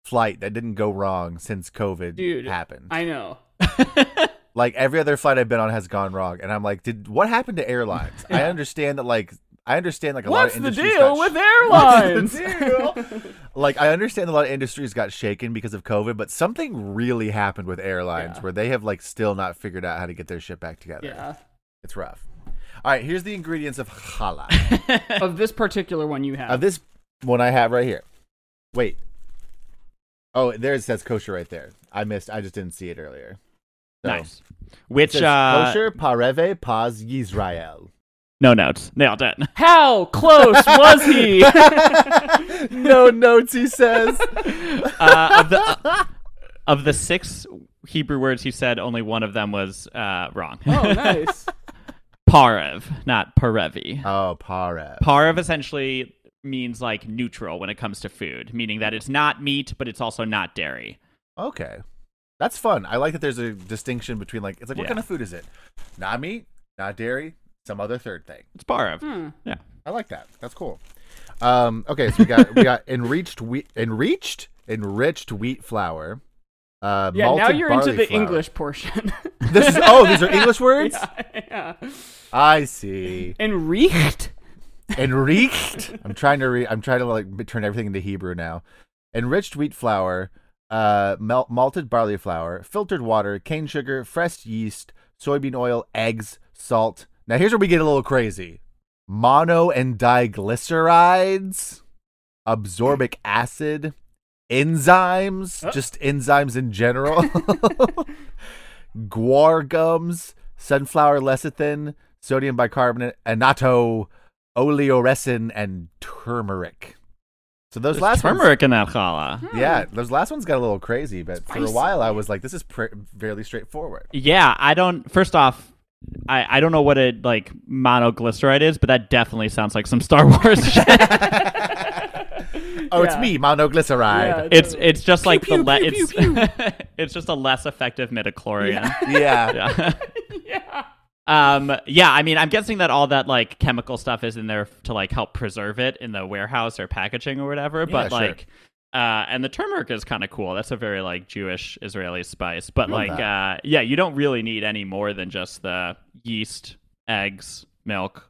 Speaker 2: flight that didn't go wrong since COVID
Speaker 1: Dude,
Speaker 2: happened.
Speaker 1: I know.
Speaker 2: like every other flight I've been on has gone wrong, and I'm like, did what happened to airlines? I understand that like I understand like a
Speaker 1: What's
Speaker 2: lot of
Speaker 1: the
Speaker 2: industries
Speaker 1: deal
Speaker 2: got
Speaker 1: with
Speaker 2: sh-
Speaker 1: airlines?
Speaker 2: What's the deal? like I understand a lot of industries got shaken because of COVID, but something really happened with airlines
Speaker 1: Yeah.
Speaker 2: where they have like still not figured out how to get their shit back together.
Speaker 1: yeah.
Speaker 2: It's rough. All right, here's the ingredients of challah.
Speaker 1: Of this particular one you have.
Speaker 2: of this one I have right here. Wait. Oh, there's that's kosher right there. I missed. I just didn't see it earlier. So,
Speaker 3: Nice.
Speaker 2: It
Speaker 3: Which
Speaker 2: says,
Speaker 3: uh,
Speaker 2: kosher pareve paz Yisrael.
Speaker 3: no notes, nailed it.
Speaker 1: How close was he? Oh,
Speaker 2: no notes, he says.
Speaker 3: uh, of the of the six Hebrew words he said, only one of them was uh, wrong.
Speaker 1: oh, nice.
Speaker 3: Parev, not parevi.
Speaker 2: Oh, parev.
Speaker 3: Parev essentially means like neutral when it comes to food, meaning that it's not meat, but it's also not dairy.
Speaker 2: okay. That's fun. I like that there's a distinction between like it's like what
Speaker 3: Yeah.
Speaker 2: kind of food is it? Not meat, not dairy, some other third thing.
Speaker 3: It's parev.
Speaker 1: Hmm.
Speaker 3: Yeah.
Speaker 2: I like that. That's cool. Um, okay, so we got we got enriched wheat enriched enriched wheat flour. Uh,
Speaker 1: Yeah, now
Speaker 2: malted
Speaker 1: you're into
Speaker 2: barley
Speaker 1: the
Speaker 2: flour.
Speaker 1: English portion.
Speaker 2: This is oh, these are English words.
Speaker 1: yeah.
Speaker 2: I see.
Speaker 1: And Riecht?
Speaker 2: Enriched. I'm trying to re- I'm trying to like b- turn everything into Hebrew now. Enriched wheat flour, uh, mel- malted barley flour, filtered water, cane sugar, fresh yeast, soybean oil, eggs, salt. Now here's where we get a little crazy. Mono and diglycerides, absorbic acid, enzymes,
Speaker 1: Uh.
Speaker 2: just enzymes in general. guar gums, sunflower lecithin, sodium bicarbonate, anato, oleoresin, and turmeric. So those
Speaker 3: There's
Speaker 2: last ones,
Speaker 3: turmeric in that challah.
Speaker 1: Hmm.
Speaker 2: yeah, those last ones got a little crazy, but for a
Speaker 1: Spicy.
Speaker 2: while I was like, this is pr- fairly straightforward.
Speaker 3: Yeah, I don't. First off, I I don't know what a like monoglyceride is, but that definitely sounds like some Star Wars shit.
Speaker 2: Oh, it's
Speaker 1: Yeah.
Speaker 2: me, monoglyceride.
Speaker 3: It's it's just like
Speaker 1: Pew,
Speaker 3: the le-
Speaker 1: pew,
Speaker 3: it's
Speaker 1: pew,
Speaker 3: it's just a less effective midichlorian.
Speaker 2: Yeah.
Speaker 3: Yeah.
Speaker 1: Yeah.
Speaker 3: um. Yeah. I mean, I'm guessing that all that like chemical stuff is in there to like help preserve it in the warehouse or packaging or whatever. but
Speaker 2: sure.
Speaker 3: like, uh, and the turmeric is kind of cool. That's a very like Jewish Israeli spice. But like, uh, yeah, you don't really need any more than just the yeast, eggs, milk.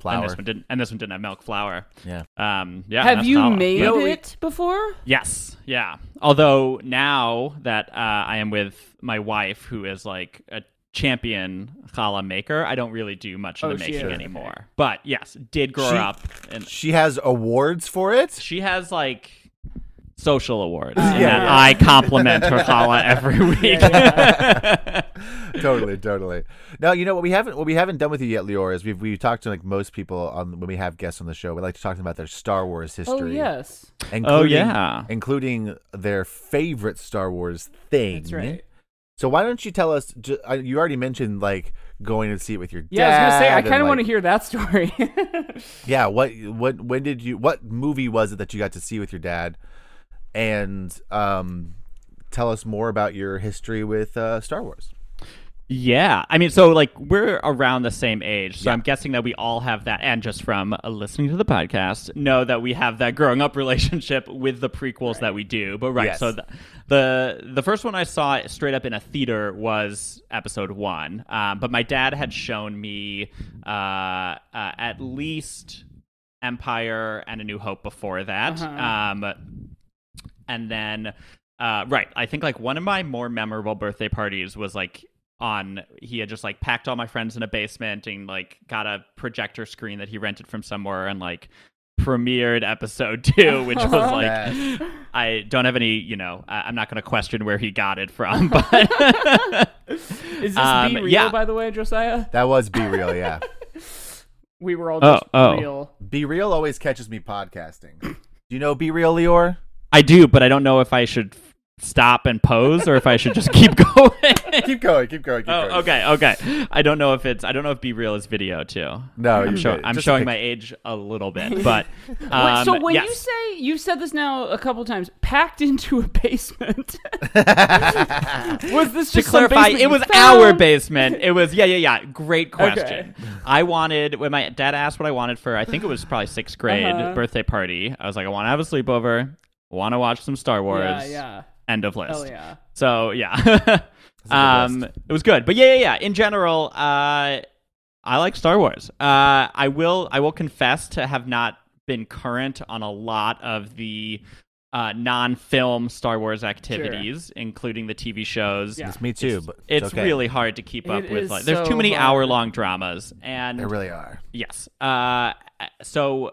Speaker 3: And
Speaker 2: Flour.
Speaker 3: this one didn't. And this one didn't have milk flour.
Speaker 2: Yeah.
Speaker 3: Um. Yeah.
Speaker 1: Have
Speaker 3: that's
Speaker 1: you
Speaker 3: challah.
Speaker 1: made
Speaker 3: Yeah.
Speaker 1: it before?
Speaker 3: Yes, yeah. Although now that uh, I am with my wife, who is like a champion challah maker, I don't really do much of
Speaker 1: Oh,
Speaker 3: the
Speaker 1: she
Speaker 3: making
Speaker 1: is.
Speaker 3: anymore. But yes, did grow
Speaker 2: She-
Speaker 3: up, and
Speaker 2: She has awards for it.
Speaker 3: she has like social awards,
Speaker 1: Uh,
Speaker 3: and
Speaker 1: yeah,
Speaker 3: that
Speaker 1: yeah.
Speaker 3: I compliment her challah every week.
Speaker 2: totally, totally. Now you know what we haven't what we haven't done with you yet, Lior, is we've we've talked to like most people on when we have guests on the show. We like to talk to them about their Star Wars
Speaker 1: Oh,
Speaker 2: history.
Speaker 1: yes.
Speaker 3: Oh
Speaker 2: including-
Speaker 3: yeah.
Speaker 2: including their favorite Star Wars thing.
Speaker 1: That's right.
Speaker 2: So why don't you tell us? ju- uh, You already mentioned like going to see it with your
Speaker 1: Yeah, I was going to say, I kind of want
Speaker 2: to
Speaker 1: to hear that story.
Speaker 2: Yeah, what what when did you? What movie was it that you got to see with your dad? And um, tell us more about your history with uh, Star Wars.
Speaker 3: Yeah. I mean, so like we're around the same age. So I'm guessing that we all have that. And just from uh, listening to the podcast, know that we have that growing up relationship with the prequels that we do. But right.
Speaker 2: Yes.
Speaker 3: So the, the the first one I saw straight up in a theater was episode one. Um, but my dad had shown me uh, uh, at least Empire and A New Hope before that. Um, and then uh, right i think like one of my more memorable birthday parties was like on he had just like packed all my friends in a basement and like got a projector screen that he rented from somewhere and like premiered episode two which was like
Speaker 2: Yes.
Speaker 3: i don't have any you know I- i'm not going to question where he got it from but
Speaker 1: Is this
Speaker 3: Um,
Speaker 1: Be Real,
Speaker 3: yeah.
Speaker 1: by the way, Josiah?
Speaker 2: That was Be Real, yeah.
Speaker 1: We were all
Speaker 3: Oh,
Speaker 1: just
Speaker 3: oh.
Speaker 1: real.
Speaker 2: Be Real always catches me podcasting. Do you know Be Real, Lior?
Speaker 3: i do but i don't know if i should stop and pose or if I should just keep going.
Speaker 2: keep going, keep going, keep going.
Speaker 3: oh, okay, okay. I don't know if it's I don't know if Be Real is video too.
Speaker 2: No,
Speaker 3: I'm,
Speaker 2: you
Speaker 3: show-
Speaker 2: did.
Speaker 3: I'm
Speaker 2: Just a
Speaker 3: showing
Speaker 2: picture.
Speaker 3: my age a little bit, but
Speaker 1: Wait,
Speaker 3: um,
Speaker 1: so when you
Speaker 3: yes.
Speaker 1: say you've said this now a couple times, packed into a basement. was this
Speaker 3: to
Speaker 1: just some
Speaker 3: clarify,
Speaker 1: basement
Speaker 3: it
Speaker 1: you
Speaker 3: was
Speaker 1: found?
Speaker 3: our basement. It was yeah, yeah, yeah. Great question. I wanted when my dad asked what I wanted for I think it was probably sixth grade
Speaker 1: Uh-huh.
Speaker 3: birthday party. I was like, I want to have a sleepover. Want to watch some Star Wars.
Speaker 1: Yeah, yeah.
Speaker 3: End of list.
Speaker 1: Oh yeah.
Speaker 3: So yeah, um, it was good. But yeah, yeah, yeah. In general, uh, I like Star Wars. Uh, I will, I will confess to have not been current on a lot of the uh, non-film Star Wars activities, including the TV shows.
Speaker 1: Yeah.
Speaker 2: It's me too, but
Speaker 3: It's
Speaker 2: okay.
Speaker 3: really hard to keep up
Speaker 1: It
Speaker 3: with.
Speaker 1: is
Speaker 3: Like, there's
Speaker 1: so
Speaker 3: too many
Speaker 1: hard.
Speaker 3: hour-long dramas, and
Speaker 2: They really are.
Speaker 3: Yes. Uh, so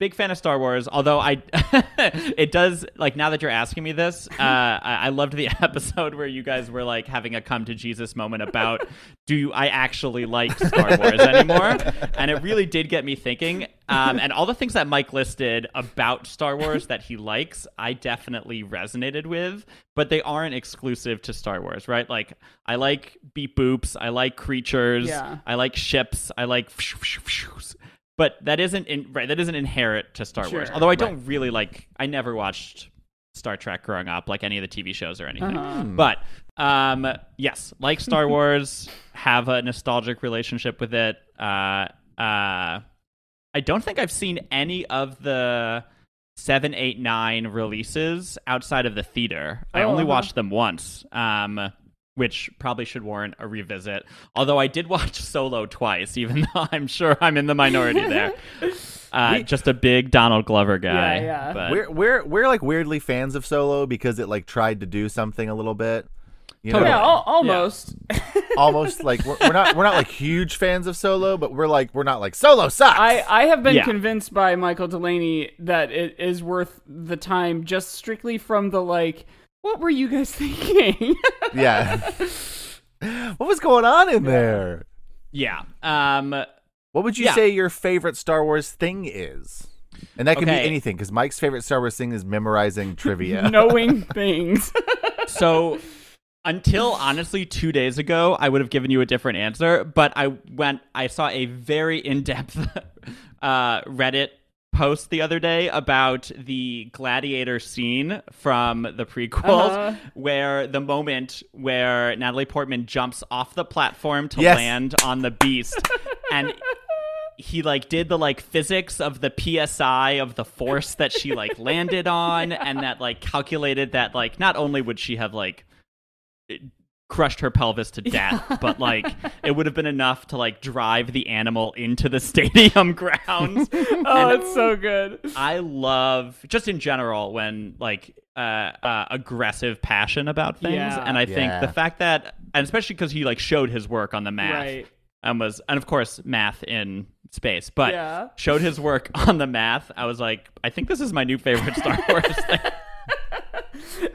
Speaker 3: big fan of Star Wars. Although I, it does like now that you're asking me this, uh, I, I loved the episode where you guys were like having a come to Jesus moment about do you, I actually like Star Wars anymore? And it really did get me thinking. Um, and all the things that Mike listed about Star Wars that he likes, I definitely resonated with, but they aren't exclusive to Star Wars, right? Like, I like beep boops, I like creatures,
Speaker 1: Yeah.
Speaker 3: I like ships. I like, but that isn't in, right. That isn't inherent to Star Wars.
Speaker 1: Sure.
Speaker 3: Although I don't really like. I never watched Star Trek growing up, like any of the TV shows or anything.
Speaker 1: Uh-huh.
Speaker 3: But um, yes, like Star Wars, have a nostalgic relationship with it. Uh, uh, I don't think I've seen any of the seven, eight, nine releases outside of the theater. I
Speaker 1: Oh,
Speaker 3: only
Speaker 1: uh-huh.
Speaker 3: watched them once, um, which probably should warrant a revisit. Although I did watch Solo twice, even though I'm sure I'm in the minority there. Uh, just a big Donald Glover guy.
Speaker 1: Yeah, yeah.
Speaker 3: but-
Speaker 2: We're we're we're like weirdly fans of Solo because it like tried to do something a little bit. You know,
Speaker 3: Totally.
Speaker 1: Yeah, al- almost.
Speaker 2: almost like we're, we're not we're not like huge fans of Solo, but we're like we're not like Solo sucks.
Speaker 1: I, I have been
Speaker 3: Yeah.
Speaker 1: convinced by Michael Delaney that it is worth the time just strictly from the like, what were you guys thinking?
Speaker 2: yeah. what was going on in there?
Speaker 3: yeah. Um,
Speaker 2: What would you
Speaker 3: Yeah.
Speaker 2: say your favorite Star Wars thing is? And that could
Speaker 3: Okay.
Speaker 2: be anything because Mike's favorite Star Wars thing is memorizing trivia.
Speaker 1: Knowing things.
Speaker 3: so until honestly two days ago i would have given you a different answer but i went i saw a very in-depth uh, reddit post the other day about the gladiator scene from the prequels
Speaker 1: Uh-huh.
Speaker 3: where the moment where natalie portman jumps off the platform to
Speaker 2: Yes.
Speaker 3: land on the beast and he like did the like physics of the psi of the force that she like landed on and that like calculated that like not only would she have like crushed her pelvis to death but like it would have been enough to like drive the animal into the stadium grounds
Speaker 1: oh, it's so good.
Speaker 3: I love just in general when like uh, uh aggressive passion about things,
Speaker 1: Yeah.
Speaker 3: and I
Speaker 2: Yeah.
Speaker 3: think the fact that, and especially because he like showed his work on the math,
Speaker 1: Right.
Speaker 3: and was, and of course math in space, but
Speaker 1: Yeah.
Speaker 3: showed his work on the math. I was like, I think this is my new favorite Star Wars. thing.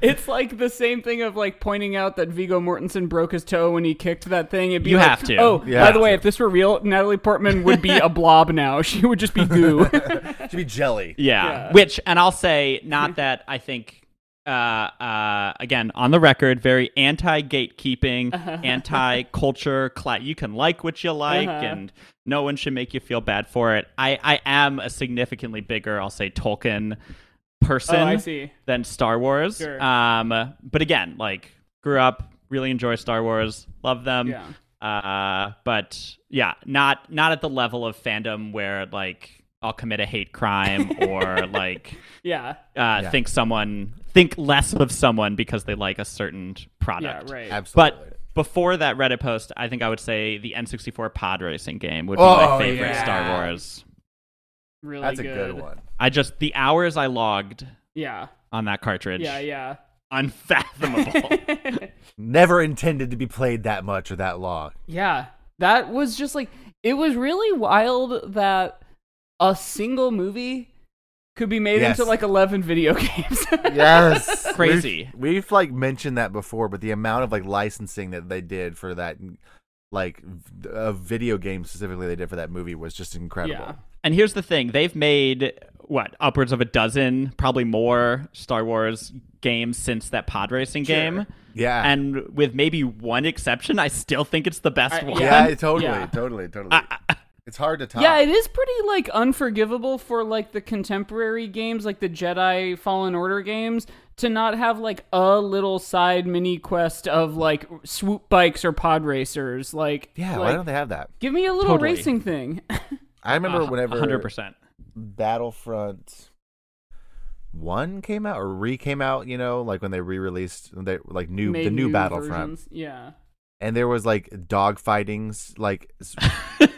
Speaker 1: It's like the same thing of like pointing out that Vigo Mortensen broke his toe when he kicked that thing. It'd be
Speaker 3: You
Speaker 1: like,
Speaker 3: have to.
Speaker 1: Oh,
Speaker 2: Yeah.
Speaker 1: by the way, if this were real, Natalie Portman would be a blob now. She would just be goo. Oh,
Speaker 2: Should be jelly.
Speaker 3: Yeah.
Speaker 1: Yeah.
Speaker 3: Which, and I'll say, not that I think, uh, uh, again, on the record, very anti gatekeeping, anti culture. Cla- you can like what you like,
Speaker 1: Uh-huh.
Speaker 3: and no one should make you feel bad for it. I, I am a significantly bigger, I'll say, Tolkien person
Speaker 1: oh, I see.
Speaker 3: than Star Wars.
Speaker 1: Sure.
Speaker 3: Um, but again, like, grew up, really enjoy Star Wars, love them
Speaker 1: Yeah.
Speaker 3: uh but yeah not not at the level of fandom where like i'll commit a hate crime or like
Speaker 1: Yeah.
Speaker 3: uh
Speaker 2: Yeah.
Speaker 3: think someone think less of someone because they like a certain
Speaker 1: Yeah,
Speaker 3: product
Speaker 1: right.
Speaker 2: Absolutely.
Speaker 3: but before that reddit post i think i would say the n64 pod racing game would be
Speaker 2: Oh,
Speaker 3: my favorite
Speaker 2: yeah.
Speaker 3: star wars
Speaker 1: really
Speaker 2: That's a good one.
Speaker 3: i just the hours i logged
Speaker 1: Yeah.
Speaker 3: on that cartridge
Speaker 1: Yeah, yeah.
Speaker 3: unfathomable
Speaker 2: Never intended to be played that much or that long.
Speaker 1: Yeah. That was just like it was really wild that a single movie could be made
Speaker 2: Yes.
Speaker 1: into like 11 video games.
Speaker 2: Yes.
Speaker 3: Crazy.
Speaker 2: We've, we've, like mentioned that before, but the amount of like licensing that they did for that like v- a video game specifically they did for that movie was just incredible.
Speaker 1: Yeah.
Speaker 3: And here's the thing they've made, what, upwards of a dozen, probably more Star Wars games since that pod racing game.
Speaker 2: Yeah.
Speaker 3: And with maybe one exception, I still think it's the best
Speaker 1: I-
Speaker 3: one.
Speaker 2: yeah, totally,
Speaker 1: Yeah.
Speaker 2: totally, totally. it's hard to top.
Speaker 1: Yeah, it is pretty like unforgivable for like the contemporary games, like the Jedi Fallen Order games, to not have like a little side mini quest of like swoop bikes or pod racers. Like,
Speaker 2: yeah,
Speaker 1: like,
Speaker 2: why don't they have that?
Speaker 1: give me a little
Speaker 3: Totally.
Speaker 1: racing thing?
Speaker 2: I remember
Speaker 3: uh,
Speaker 1: Ah,
Speaker 2: whenever
Speaker 3: 100%.
Speaker 2: Battlefront One came out or re came out, you know, like when they re released they like new
Speaker 1: Made
Speaker 2: the new, Battlefront,
Speaker 1: versions. Yeah,
Speaker 2: and there was like dog fightings, like s-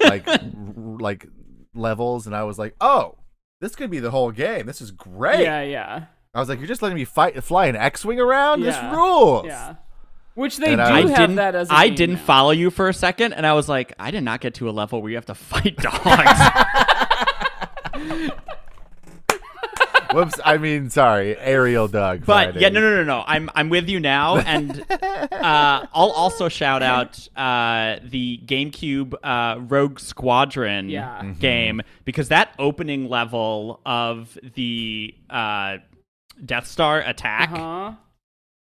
Speaker 2: like r- like levels, and I was like, oh, this could be the whole game. This is great.
Speaker 1: yeah, yeah,
Speaker 2: I was like, you're just letting me fight fly an X wing around.
Speaker 1: Yeah.
Speaker 2: This rules.
Speaker 1: yeah. Which they
Speaker 2: And
Speaker 1: do
Speaker 2: I-
Speaker 3: I
Speaker 2: You
Speaker 1: have
Speaker 3: didn't,
Speaker 1: that as a
Speaker 3: I
Speaker 1: game
Speaker 3: didn't
Speaker 1: now.
Speaker 3: follow you for a second, and I was like, I did not get to a level where you have to fight dogs.
Speaker 2: Whoops. I mean, sorry, aerial dog.
Speaker 3: but yeah,
Speaker 2: fighting.
Speaker 3: no, no, no, no. I'm I'm with you now, and uh, I'll also shout out uh, the GameCube uh, Rogue Squadron
Speaker 1: Yeah. Mhm.
Speaker 3: game because that opening level of the uh, Death Star attack,
Speaker 1: Huh?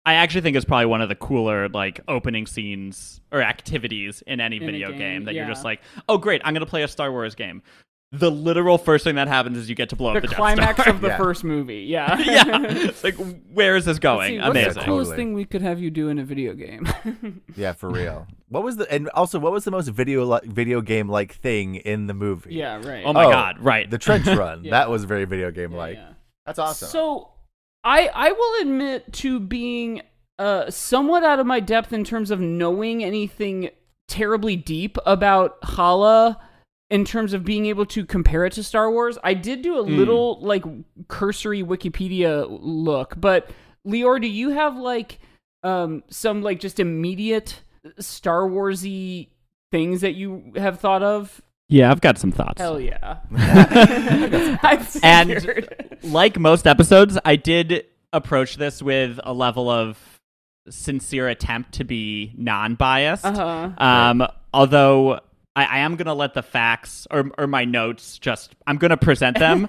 Speaker 3: I actually think is probably one of the cooler like opening scenes or activities in any
Speaker 1: a
Speaker 3: video game,
Speaker 1: game,
Speaker 3: that you're just
Speaker 1: yeah.
Speaker 3: like, oh great, I'm gonna play a Star Wars game. The literal first thing that happens is you get to blow
Speaker 1: The
Speaker 3: up the Death
Speaker 1: climax
Speaker 3: Star.
Speaker 1: of the
Speaker 2: Yeah.
Speaker 1: first movie. Yeah,
Speaker 3: yeah, it's like where is this
Speaker 1: Let's
Speaker 3: going?
Speaker 1: see, what's the
Speaker 3: Amazing.
Speaker 1: coolest
Speaker 2: Totally.
Speaker 1: thing we could have you do in a video game?
Speaker 2: Yeah, for real. What was the and also what was the most video li- video game like thing in the movie?
Speaker 1: yeah, right.
Speaker 3: Oh my god! Right.
Speaker 2: the trench run.
Speaker 1: Yeah.
Speaker 2: That was very video game like.
Speaker 1: Yeah.
Speaker 2: That's awesome.
Speaker 1: So I I will admit to being uh somewhat out of my depth in terms of knowing anything terribly deep about Hala in terms of being able to compare it to Star Wars. I did do a little like cursory Wikipedia look, but Lior, do you have like um some like just immediate Star Warsy things that you have thought of?
Speaker 3: Yeah, I've got some thoughts.
Speaker 1: Hell yeah. I'm scared.
Speaker 3: Like most episodes, I did approach this with a level of sincere attempt to be non-biased.
Speaker 1: uh-huh.
Speaker 3: Um, although I, I am gonna let the facts or or my notes just I'm gonna present them.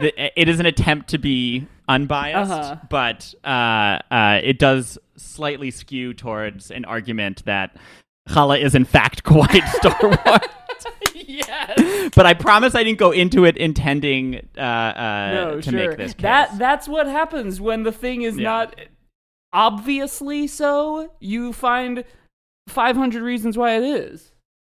Speaker 3: Th- it is an attempt to be unbiased,
Speaker 1: Uh-huh.
Speaker 3: but uh, uh, it does slightly skew towards an argument that Hala is in fact quite Star Wars.
Speaker 1: yes.
Speaker 3: but I promise I didn't go into it intending uh, uh,
Speaker 1: no,
Speaker 3: to
Speaker 1: sure.
Speaker 3: make this case.
Speaker 1: That that's what happens when the thing is
Speaker 3: Yeah.
Speaker 1: not obviously so. You find 500 reasons why it is.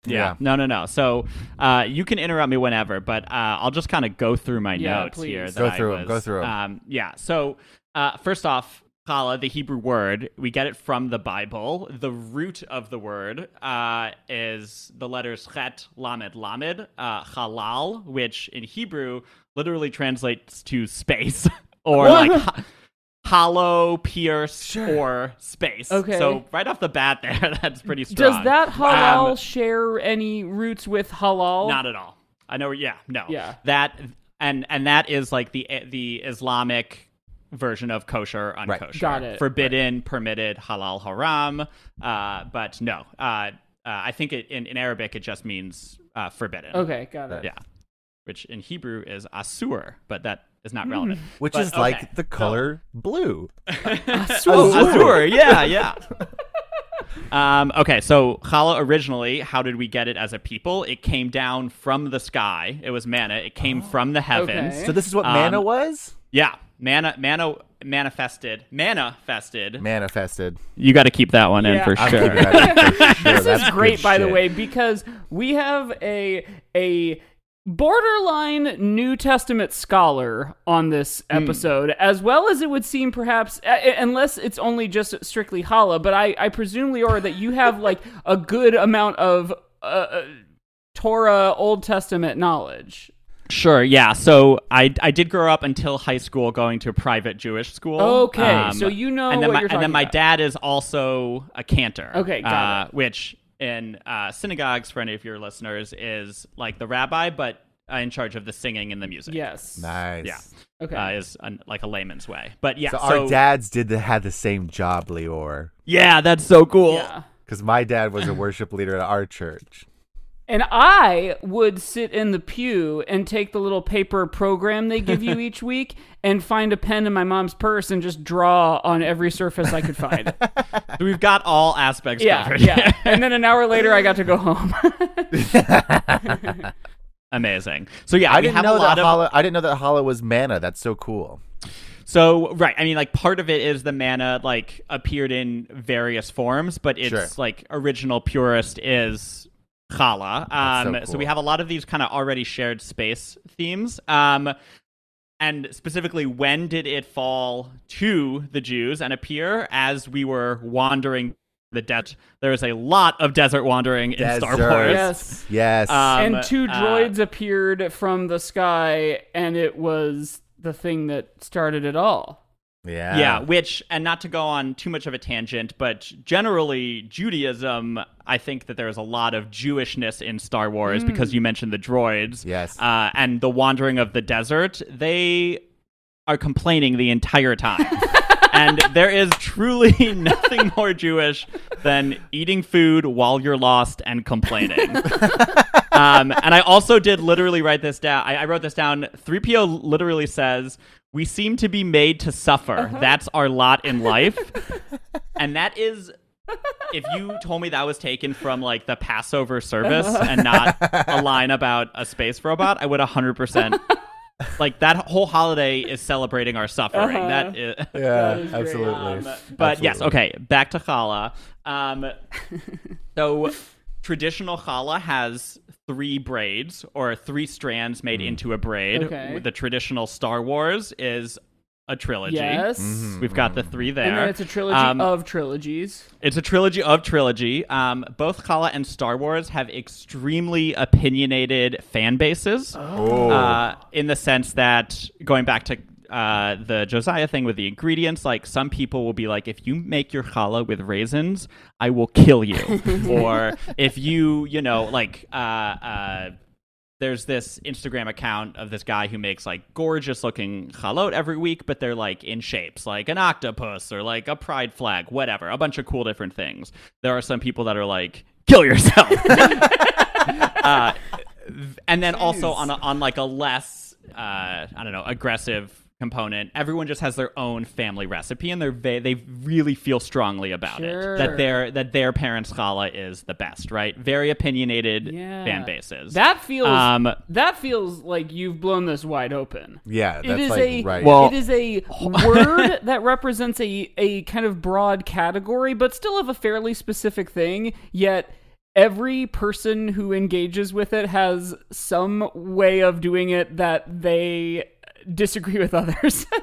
Speaker 2: yeah.
Speaker 3: No, no, no. So uh, you can interrupt me whenever, but uh, I'll just kind of go through my
Speaker 1: Yeah,
Speaker 3: notes
Speaker 1: please.
Speaker 3: here. that
Speaker 2: Go
Speaker 3: I
Speaker 2: through 'em, go
Speaker 3: was-
Speaker 2: through 'em.
Speaker 3: Um, yeah. So uh, first off, kala, the Hebrew word, we get it from the Bible. The root of the word uh, is the letters chet, lamed, lamed, uh, halal, which in Hebrew literally translates to space or like. ho- Hollow, pierce,
Speaker 2: Sure.
Speaker 3: or space.
Speaker 1: Okay.
Speaker 3: So right off the bat, there, that's pretty strong.
Speaker 1: Does that halal
Speaker 3: Um,
Speaker 1: share any roots with halal?
Speaker 3: not at all. I know. Yeah. No.
Speaker 1: Oh. Yeah.
Speaker 3: That and and that is like the the Islamic version of kosher unkosher.
Speaker 2: Right.
Speaker 1: Got it.
Speaker 3: Forbidden, permitted, halal, haram. Uh, but no. Uh, uh, I think it, in in Arabic it just means uh, forbidden.
Speaker 1: okay, got it.
Speaker 3: Yeah. Which in Hebrew is asur, but that is
Speaker 1: Hmm.
Speaker 3: not relevant.
Speaker 2: Which
Speaker 3: But,
Speaker 2: is
Speaker 3: okay.
Speaker 2: like the color blue.
Speaker 1: Asur.
Speaker 3: Oh, Azure, yeah, yeah. um, okay, so challah originally, how did we get it as a people? It came down from the sky. It was manna. It came from the heavens.
Speaker 1: Oh. okay.
Speaker 2: So this is what mana
Speaker 3: Um,
Speaker 2: was?
Speaker 3: Yeah, manna, manna manifested, manifested.
Speaker 2: Manifested.
Speaker 3: You got to keep that one
Speaker 1: Yeah,
Speaker 3: in for
Speaker 1: I'm
Speaker 3: sure.
Speaker 1: this is great by the way because we have a a borderline new testament scholar on this episode as well as it would seem perhaps uh, unless it's only just strictly hala but i i presume leora that you have like a good amount of uh, uh, torah old testament knowledge
Speaker 3: Sure, yeah. So I I did grow up until high school going to a private Jewish school. Um,
Speaker 1: Okay, so you know
Speaker 3: and then
Speaker 1: what
Speaker 3: my,
Speaker 1: you're
Speaker 3: And
Speaker 1: talking
Speaker 3: then my
Speaker 1: about.
Speaker 3: dad is also a cantor.
Speaker 1: Okay, got
Speaker 3: uh, Which in uh, synagogues, for any of your listeners, is like the rabbi, but uh, in charge of the singing and the music.
Speaker 1: yes
Speaker 2: Nice.
Speaker 3: Yeah.
Speaker 1: okay
Speaker 3: Uh, is an, like a layman's way, but yeah.
Speaker 2: So, our dads did the, had the same job, Leor.
Speaker 3: yeah, that's so cool.
Speaker 1: yeah
Speaker 2: because my dad was a worship leader at our church.
Speaker 1: And I would sit in the pew and take the little paper program they give you each week and find a pen in my mom's purse and just draw on every surface I could find.
Speaker 3: So we've got all aspects
Speaker 1: yeah,
Speaker 3: covered.
Speaker 1: yeah. And then an hour later, I got to go home.
Speaker 3: Amazing. So yeah,
Speaker 2: I
Speaker 3: we
Speaker 2: didn't
Speaker 3: have
Speaker 2: know
Speaker 3: a lot
Speaker 2: that
Speaker 3: of
Speaker 2: hollow. I didn't know that hollow was mana. That's so cool.
Speaker 3: So right, I mean, like part of it is the mana like appeared in various forms, but its
Speaker 2: Sure.
Speaker 3: like original purist is Khala.
Speaker 2: That's
Speaker 3: Um,
Speaker 2: so
Speaker 3: so, we
Speaker 2: cool.
Speaker 3: have a lot of these kind of already shared space themes. Um, and specifically, when did it fall to the Jews and appear as we were wandering the desert? There is a lot of desert wandering in Star
Speaker 2: Desert.
Speaker 3: Wars.
Speaker 1: yes.
Speaker 2: Yes.
Speaker 3: Uh, Um,
Speaker 1: and two
Speaker 3: uh,
Speaker 1: droids appeared from the sky, and it was the thing that started it all.
Speaker 2: yeah.
Speaker 3: yeah, which, and not to go on too much of a tangent, but generally, Judaism, I think that there is a lot of Jewishness in Star Wars because you mentioned the droids.
Speaker 2: Yes.
Speaker 3: Uh, and the wandering of the desert. They are complaining the entire time. and there is truly nothing more Jewish than eating food while you're lost and complaining. um, and I also did literally write this down. I, I wrote this down. 3PO literally says, We seem to be made to suffer. That's our lot in life. and that is. If you told me that was taken from like the Passover service and not a line about a space robot, I would 100% like that whole holiday is celebrating our suffering.
Speaker 1: Uh-huh.
Speaker 3: That is,
Speaker 1: That
Speaker 2: yeah.
Speaker 1: is great.
Speaker 2: Absolutely.
Speaker 3: um, but
Speaker 2: Absolutely.
Speaker 3: yes, okay, back to challah. Um, so traditional challah has three braids or three strands made into a braid.
Speaker 1: Okay.
Speaker 3: The traditional Star Wars is a trilogy.
Speaker 1: Yes.
Speaker 3: We've got the three there.
Speaker 1: And then it's a trilogy
Speaker 3: Um,
Speaker 1: of trilogies.
Speaker 3: It's a trilogy of trilogy. Um, both Kala and Star Wars have extremely opinionated fan bases.
Speaker 2: Oh.
Speaker 3: Uh, in the sense that going back to uh, the Josiah thing with the ingredients, like some people will be like, if you make your challah with raisins, I will kill you. or if you, you know, like, uh, uh, there's this Instagram account of this guy who makes like gorgeous looking chalot every week, but they're like in shapes, like an octopus or like a pride flag, whatever, a bunch of cool different things. There are some people that are like, kill yourself. uh, and then also on a, on like a less uh, I don't know aggressive component, everyone just has their own family recipe, and they're they, they really feel strongly about it
Speaker 1: Sure.
Speaker 3: that their that their parents' challah is the best, right? Very opinionated
Speaker 1: Yeah.
Speaker 3: fan bases.
Speaker 1: That feels
Speaker 3: um,
Speaker 1: that feels like you've blown this wide open.
Speaker 2: yeah. That's
Speaker 1: It is
Speaker 2: like
Speaker 1: a
Speaker 2: right.
Speaker 3: Well-
Speaker 1: it is a word that represents a a kind of broad category, but still of a fairly specific thing. Yet every person who engages with it has some way of doing it that they disagree with others.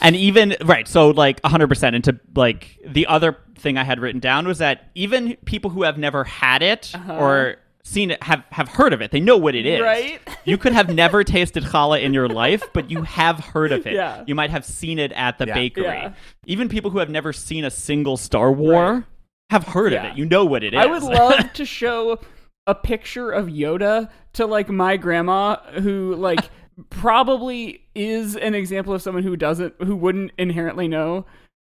Speaker 3: And even right, so like 100% into like the other thing I had written down was that even people who have never had it
Speaker 1: Uh-huh.
Speaker 3: or seen it have have heard of it. They know what it is.
Speaker 1: Right?
Speaker 3: you could have never tasted challah in your life, but you have heard of it.
Speaker 1: Yeah.
Speaker 3: You might have seen it at the
Speaker 2: Yeah.
Speaker 3: bakery.
Speaker 1: Yeah.
Speaker 3: Even people who have never seen a single Star War
Speaker 1: Right.
Speaker 3: have heard
Speaker 1: Yeah.
Speaker 3: of it. You know what it is.
Speaker 1: I would love to show a picture of Yoda to like my grandma who like probably is an example of someone who doesn't who wouldn't inherently know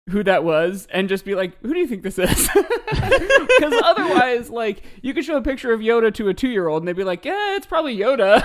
Speaker 1: who that was and just be like who do you think this is because otherwise like you could show a picture of yoda to a two-year-old and they'd be like yeah it's probably yoda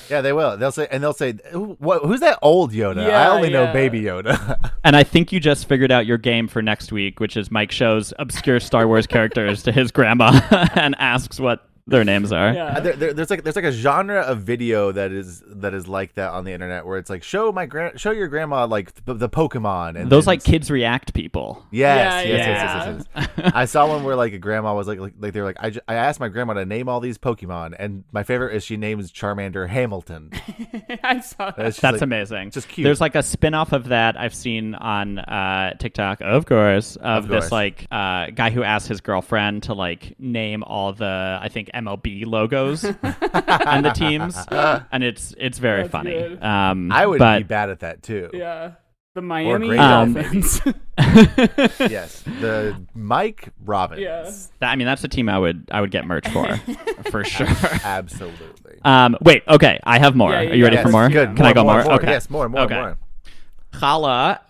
Speaker 2: yeah, they will. They'll say, and they'll say, "Who- what, "Who's that old Yoda?
Speaker 1: Yeah,
Speaker 2: I only
Speaker 1: yeah.
Speaker 2: know Baby Yoda."
Speaker 3: and I think you just figured out your game for next week, which is Mike shows obscure Star Wars characters to his grandma and asks what their names are.
Speaker 1: yeah
Speaker 2: Uh, there, there, there's like there's like a genre of video that is that is like that on the internet where it's like show my grand show your grandma like the, the Pokemon and
Speaker 3: Those
Speaker 2: then-
Speaker 3: like kids react people.
Speaker 2: Yes,
Speaker 1: Yeah,
Speaker 2: yes, yes, yes, yes, yes. I saw one where like a grandma was like, like, like they were like, I, ju- I asked my grandma to name all these Pokemon, and my favorite is she names Charmander Hamilton.
Speaker 1: i saw that
Speaker 2: That's, just,
Speaker 3: That's
Speaker 2: like,
Speaker 3: amazing.
Speaker 2: just cute.
Speaker 3: There's like a spin-off of that I've seen on uh, TikTok, of course, of,
Speaker 2: Of
Speaker 3: this
Speaker 2: course.
Speaker 3: like uh, guy who asked his girlfriend to like name all the I think MLB logos and the teams, and it's it's very
Speaker 1: That's
Speaker 3: funny.
Speaker 1: good.
Speaker 3: Um,
Speaker 2: I would
Speaker 3: but
Speaker 2: be bad at that too.
Speaker 1: yeah the miami
Speaker 2: great
Speaker 3: Um,
Speaker 1: dolphins
Speaker 2: Yes, the Mike Robbins.
Speaker 1: yeah
Speaker 3: that- I mean, that's a team I would I would get merch for, for sure.
Speaker 2: absolutely.
Speaker 3: Um, wait, okay, I have more.
Speaker 1: Yeah, yeah,
Speaker 3: Are you ready
Speaker 1: yeah.
Speaker 3: for
Speaker 1: Yes,
Speaker 3: more?
Speaker 2: Good.
Speaker 3: Can I go more? Okay.
Speaker 2: Yes, more, more,
Speaker 3: Okay.
Speaker 2: more.
Speaker 3: Challah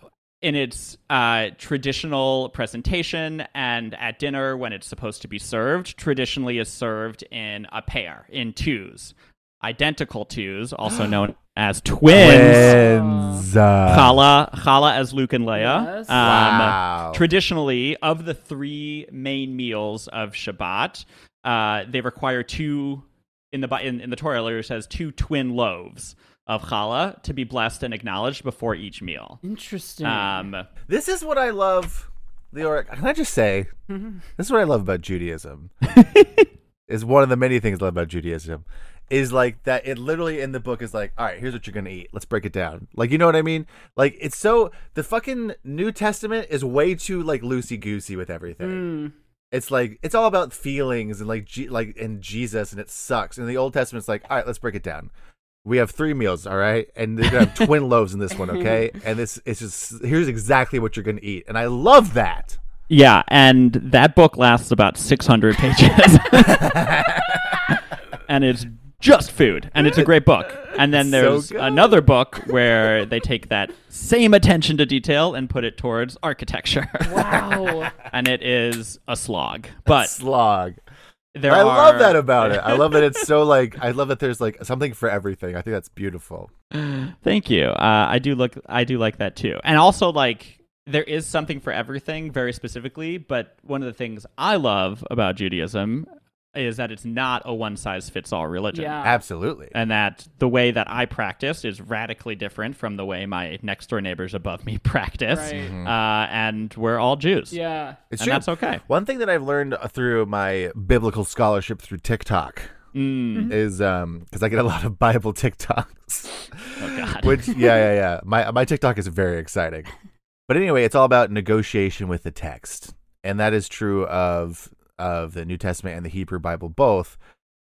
Speaker 3: in its uh, traditional presentation and at dinner when it's supposed to be served, traditionally is served in a pair, in twos, identical twos, also known as twins.
Speaker 2: Twins. Uh,
Speaker 3: Chala, Chala as Luke and Leia.
Speaker 1: Yes.
Speaker 3: Um,
Speaker 2: wow.
Speaker 3: Traditionally, of the three main meals of Shabbat, uh, they require two. In the Bi- in, in the Torah, it says two twin loaves of challah to be blessed and acknowledged before each meal.
Speaker 1: Interesting.
Speaker 2: Hmm.
Speaker 3: Um,
Speaker 2: This is what I love, Leora. Can I just say, this is what I love about Judaism. is one of the many things I love about Judaism is like that. It literally in the book is like, all right, here's what you're gonna eat. Let's break it down. Like, you know what I mean? Like, it's so the fucking New Testament is way too like loosey goosey with everything.
Speaker 1: Mm.
Speaker 2: It's like it's all about feelings and like G- like and Jesus, and it sucks. And the Old Testament's like, all right, let's break it down. We have three meals, all right, and they're gonna have twin loaves in this one, okay? And this it's just here's exactly what you're gonna eat, and I love that.
Speaker 3: yeah, and that book lasts about 600 pages, and it's just food, and it's a great book. And then
Speaker 2: So
Speaker 3: there's
Speaker 2: good.
Speaker 3: another book where they take that same attention to detail and put it towards architecture,
Speaker 1: Wow.
Speaker 3: and it is a slog. But
Speaker 2: slog.
Speaker 3: there
Speaker 2: I love
Speaker 3: are-
Speaker 2: that about it. I love that it's so like I love that there's like something for everything. I think that's beautiful.
Speaker 3: Thank you. Uh, I do look. I do like that too. And also, like, there is something for everything, very specifically. But one of the things I love about Judaism is that it's not a one size fits all religion,
Speaker 1: Yeah.
Speaker 2: Absolutely.
Speaker 3: Uh, and that the way that I practice is radically different from the way my next door neighbors above me practice.
Speaker 1: Right.
Speaker 3: Uh, and we're all Jews.
Speaker 1: yeah.
Speaker 2: Mm-hmm. It's
Speaker 3: and
Speaker 2: true.
Speaker 3: that's okay.
Speaker 2: One thing that I've learned through my biblical scholarship through TikTok
Speaker 3: Mm.
Speaker 2: is um because I get a lot of Bible TikToks.
Speaker 1: Mm-hmm.
Speaker 3: Oh God.
Speaker 2: Which yeah, yeah, yeah. My my TikTok is very exciting. But anyway, it's all about negotiation with the text. And that is true of of the New Testament and the Hebrew Bible both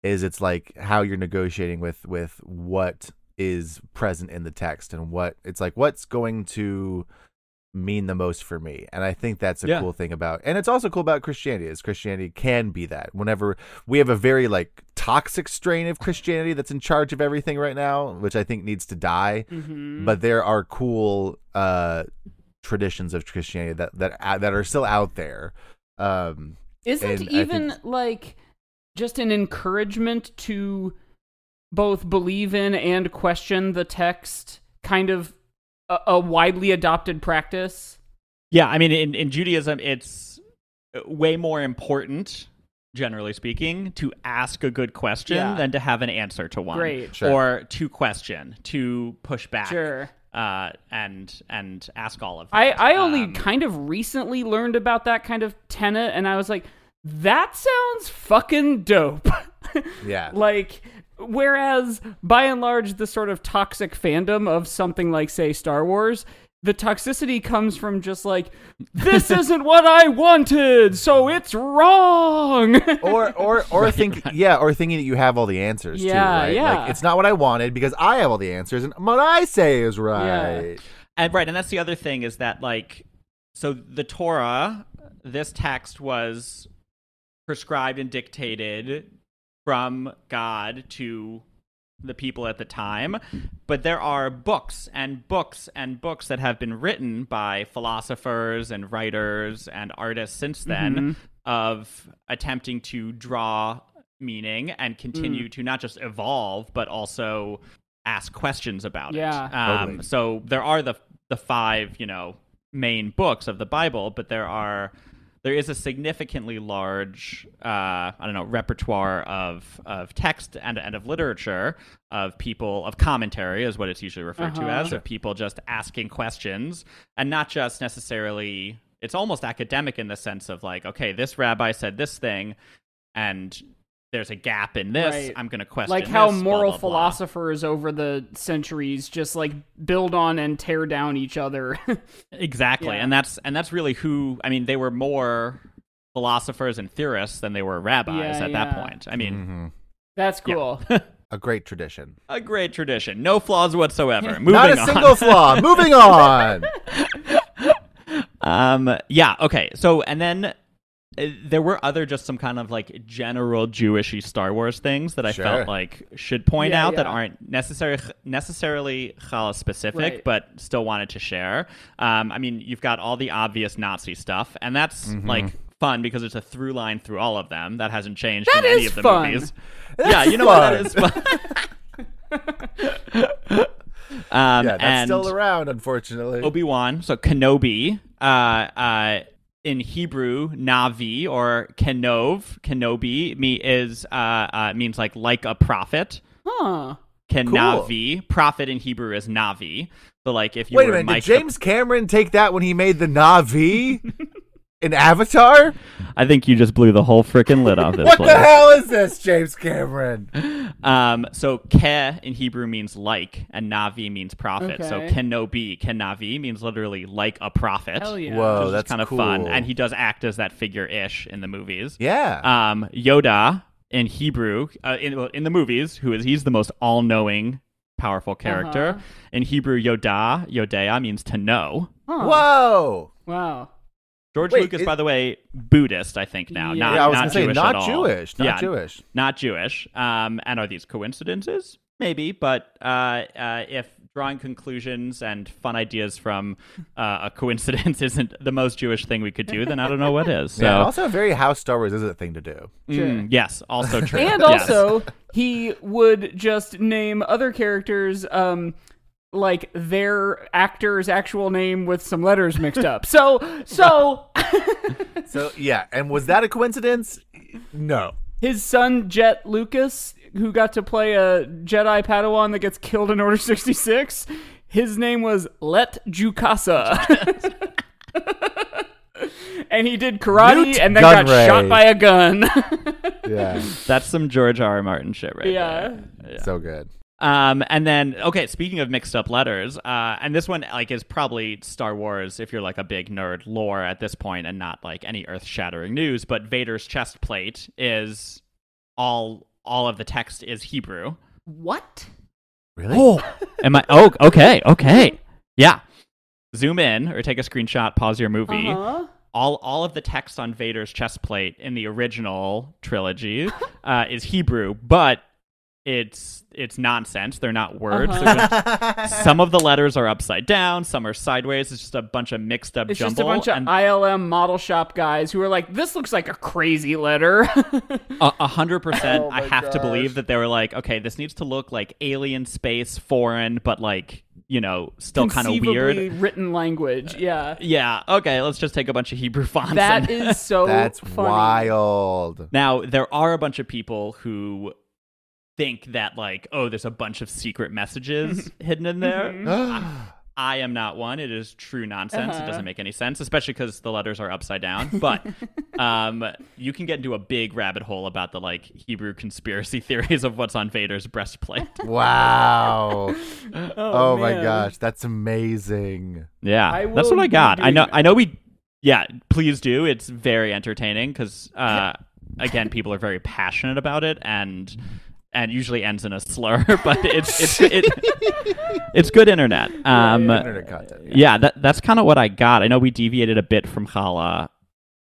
Speaker 2: is it's like how you're negotiating with with what is present in the text and what it's like what's going to mean the most for me and i think that's a
Speaker 3: Yeah.
Speaker 2: cool thing about and it's also cool about christianity is christianity can be that whenever we have a very like toxic strain of christianity that's in charge of everything right now which i think needs to die
Speaker 1: Mm-hmm.
Speaker 2: but there are cool uh traditions of christianity that that uh, that are still out there um and I
Speaker 1: Isn't
Speaker 2: think-
Speaker 1: even like just an encouragement to both believe in and question the text kind of a, a widely adopted practice?
Speaker 3: Yeah, I mean, in, in Judaism, it's uh, way more important, generally speaking, to ask a good question
Speaker 1: Yeah.
Speaker 3: than to have an answer to one,
Speaker 1: Great.
Speaker 2: Sure.
Speaker 3: or to question, to push back,
Speaker 1: Sure.
Speaker 3: uh, and and ask all of.
Speaker 1: I,
Speaker 3: that.
Speaker 1: I only
Speaker 3: Um,
Speaker 1: kind of recently learned about that kind of tenet, and I was like, that sounds fucking dope.
Speaker 2: yeah
Speaker 1: like, whereas by and large, the sort of toxic fandom of something like, say, Star Wars, the toxicity comes from just like, this isn't what I wanted, so it's wrong.
Speaker 2: or or or think yeah, or thinking that you have all the answers too,
Speaker 1: Yeah,
Speaker 2: right?
Speaker 1: yeah.
Speaker 2: Like it's not what I wanted because I have all the answers and what I say is right.
Speaker 3: and right, and that's the other thing is that like, so the Torah, this text was prescribed and dictated from God to the people at the time, but there are books and books and books that have been written by philosophers and writers and artists since then of attempting to draw meaning and continue to not just evolve but also ask questions about
Speaker 1: Yeah.
Speaker 3: it. Um,
Speaker 2: Totally.
Speaker 3: So there are the the five you know main books of the Bible, but there are there is a significantly large uh, I don't know repertoire of of text and and of literature of people of commentary is what it's usually referred to
Speaker 1: Uh-huh.
Speaker 3: as of people just asking questions and not just necessarily it's almost academic in the sense of like okay this rabbi said this thing and there's a gap in this
Speaker 1: Right.
Speaker 3: i'm going to question
Speaker 1: like how
Speaker 3: this, blah,
Speaker 1: moral
Speaker 3: blah, blah.
Speaker 1: philosophers over the centuries just like build on and tear down each other.
Speaker 3: Exactly.
Speaker 1: Yeah.
Speaker 3: And that's and that's really who I mean, they were more philosophers and theorists than they were rabbis
Speaker 1: Yeah,
Speaker 3: at
Speaker 1: yeah.
Speaker 3: that point. I
Speaker 2: Mhm.
Speaker 3: mean,
Speaker 1: That's
Speaker 3: Yeah.
Speaker 1: cool.
Speaker 2: A great tradition.
Speaker 3: a great tradition. No flaws whatsoever. Moving
Speaker 2: not a
Speaker 3: on.
Speaker 2: single flaw. Moving on.
Speaker 3: um yeah, okay. So and then uh, there were other just some kind of like general Jewishy Star Wars things that I
Speaker 2: Sure.
Speaker 3: felt like should point
Speaker 1: Yeah,
Speaker 3: out that
Speaker 1: yeah.
Speaker 3: aren't necessary necessarily challah specific,
Speaker 1: Right.
Speaker 3: but still wanted to share. Um, I mean, you've got all the obvious Nazi stuff, and that's
Speaker 2: Mm-hmm.
Speaker 3: like fun because it's a through line through all of them that hasn't changed
Speaker 1: That
Speaker 3: in any
Speaker 1: is
Speaker 3: of the
Speaker 1: fun.
Speaker 3: movies. yeah, you know what? That
Speaker 2: fun.
Speaker 3: is fun. um,
Speaker 2: Yeah, that's
Speaker 3: and
Speaker 2: still around, unfortunately.
Speaker 3: Obi Wan, so Kenobi, uh, uh, in Hebrew, Navi or Kenov, Kenobi me is uh, uh, means like like a prophet.
Speaker 1: Huh.
Speaker 3: Kenavi, prophet in Hebrew is Navi. So like if you
Speaker 2: Wait a
Speaker 3: were
Speaker 2: minute,
Speaker 3: Mike,
Speaker 2: did James Cameron take that when he made the Navi in Avatar?
Speaker 3: I think you just blew the whole freaking lid off this
Speaker 2: What
Speaker 3: place.
Speaker 2: the hell is this, James Cameron?
Speaker 3: Um, so ke in Hebrew means like, and Navi means prophet. So
Speaker 1: Okay.
Speaker 3: Kenobi, Kenavi means literally like a prophet.
Speaker 1: Hell yeah.
Speaker 2: Whoa,
Speaker 3: which is
Speaker 2: Oh, that's
Speaker 3: kind of fun,
Speaker 2: cool.
Speaker 3: and he does act as that figure ish in the movies.
Speaker 2: Yeah.
Speaker 3: um, Yoda in Hebrew uh, in well, in the movies, who is he's the most all knowing, powerful character
Speaker 1: Uh-huh.
Speaker 3: in Hebrew. Yoda, Yodea means to know.
Speaker 1: Huh.
Speaker 2: Whoa.
Speaker 1: Wow.
Speaker 3: George
Speaker 2: Wait,
Speaker 3: Lucas,
Speaker 2: it-
Speaker 3: by the way, Buddhist, I think now,
Speaker 1: Yeah.
Speaker 3: not
Speaker 2: yeah, I was
Speaker 3: not
Speaker 2: gonna say
Speaker 3: Jewish at
Speaker 2: not
Speaker 3: all.
Speaker 2: Jewish, not
Speaker 3: yeah,
Speaker 2: Jewish.
Speaker 3: not Jewish. Um, and are these coincidences? Maybe, but uh, uh, if drawing conclusions and fun ideas from uh, a coincidence isn't the most Jewish thing we could do, then I don't know what is. So,
Speaker 2: yeah, also a very how Star Wars is a thing to do.
Speaker 3: mm, yes, also true.
Speaker 1: And
Speaker 3: Yes.
Speaker 1: also, he would just name other characters, um, like their actor's actual name with some letters mixed up. So, so
Speaker 2: So yeah, and was that a coincidence? No.
Speaker 1: his son Jet Lucas, who got to play a Jedi Padawan that gets killed in Order sixty six, his name was Let Jukasa. And he did karate
Speaker 2: Newt
Speaker 1: and then got
Speaker 2: Gunray.
Speaker 1: shot by a gun.
Speaker 2: Yeah.
Speaker 3: That's some George R. R. Martin shit right
Speaker 1: Yeah.
Speaker 3: there.
Speaker 2: so good.
Speaker 3: Um, and then, okay, speaking of mixed up letters, uh, and this one like is probably Star Wars if you're like a big nerd lore at this point and not like any earth shattering news, but Vader's chest plate is all all of the text is Hebrew.
Speaker 1: what?
Speaker 2: Really?
Speaker 3: Am I oh okay, okay. Yeah. Zoom in or take a screenshot, pause your movie.
Speaker 1: Uh-huh.
Speaker 3: All all of the text on Vader's chest plate in the original trilogy uh, is Hebrew, but it's it's nonsense. They're not words.
Speaker 1: Uh-huh.
Speaker 3: They're just some of the letters are upside down, some are sideways. It's just a bunch of mixed up
Speaker 1: It's
Speaker 3: jumble.
Speaker 1: just a bunch of
Speaker 3: and
Speaker 1: ILM model shop guys who are like, this looks like a crazy letter.
Speaker 3: a a hundred percent.
Speaker 2: Oh
Speaker 3: I
Speaker 2: my
Speaker 3: have to
Speaker 2: gosh.
Speaker 3: believe that they were like, okay, this needs to look like alien space, foreign, but like you know, still kind of
Speaker 1: Conceivably
Speaker 3: weird.
Speaker 1: Written language. Yeah.
Speaker 3: Yeah. Okay. Let's just take a bunch of Hebrew fonts. and-
Speaker 1: That is so
Speaker 2: That's
Speaker 1: funny.
Speaker 2: wild.
Speaker 3: Now, there are a bunch of people who think that like, oh, there's a bunch of secret messages hidden in
Speaker 2: Mm-hmm.
Speaker 3: there. I am not one. It is true nonsense.
Speaker 1: Uh-huh.
Speaker 3: It doesn't make any sense, especially because the letters are upside down. But um, you can get into a big rabbit hole about the like Hebrew conspiracy theories of what's on Vader's breastplate.
Speaker 2: wow.
Speaker 1: Oh,
Speaker 2: Oh, my
Speaker 1: man.
Speaker 2: gosh, that's amazing.
Speaker 3: Yeah,
Speaker 1: I
Speaker 3: that's
Speaker 1: will
Speaker 3: what I
Speaker 1: be
Speaker 3: got. I
Speaker 1: doing
Speaker 3: know.
Speaker 1: that.
Speaker 3: I know we. Yeah, please do. It's very entertaining because, uh, again, people are very passionate about it, and and usually ends in a slur. But it's it's it, it's good internet. Um,
Speaker 2: Internet content.
Speaker 3: yeah, that that's kind of what I got. I know we deviated a bit from Hala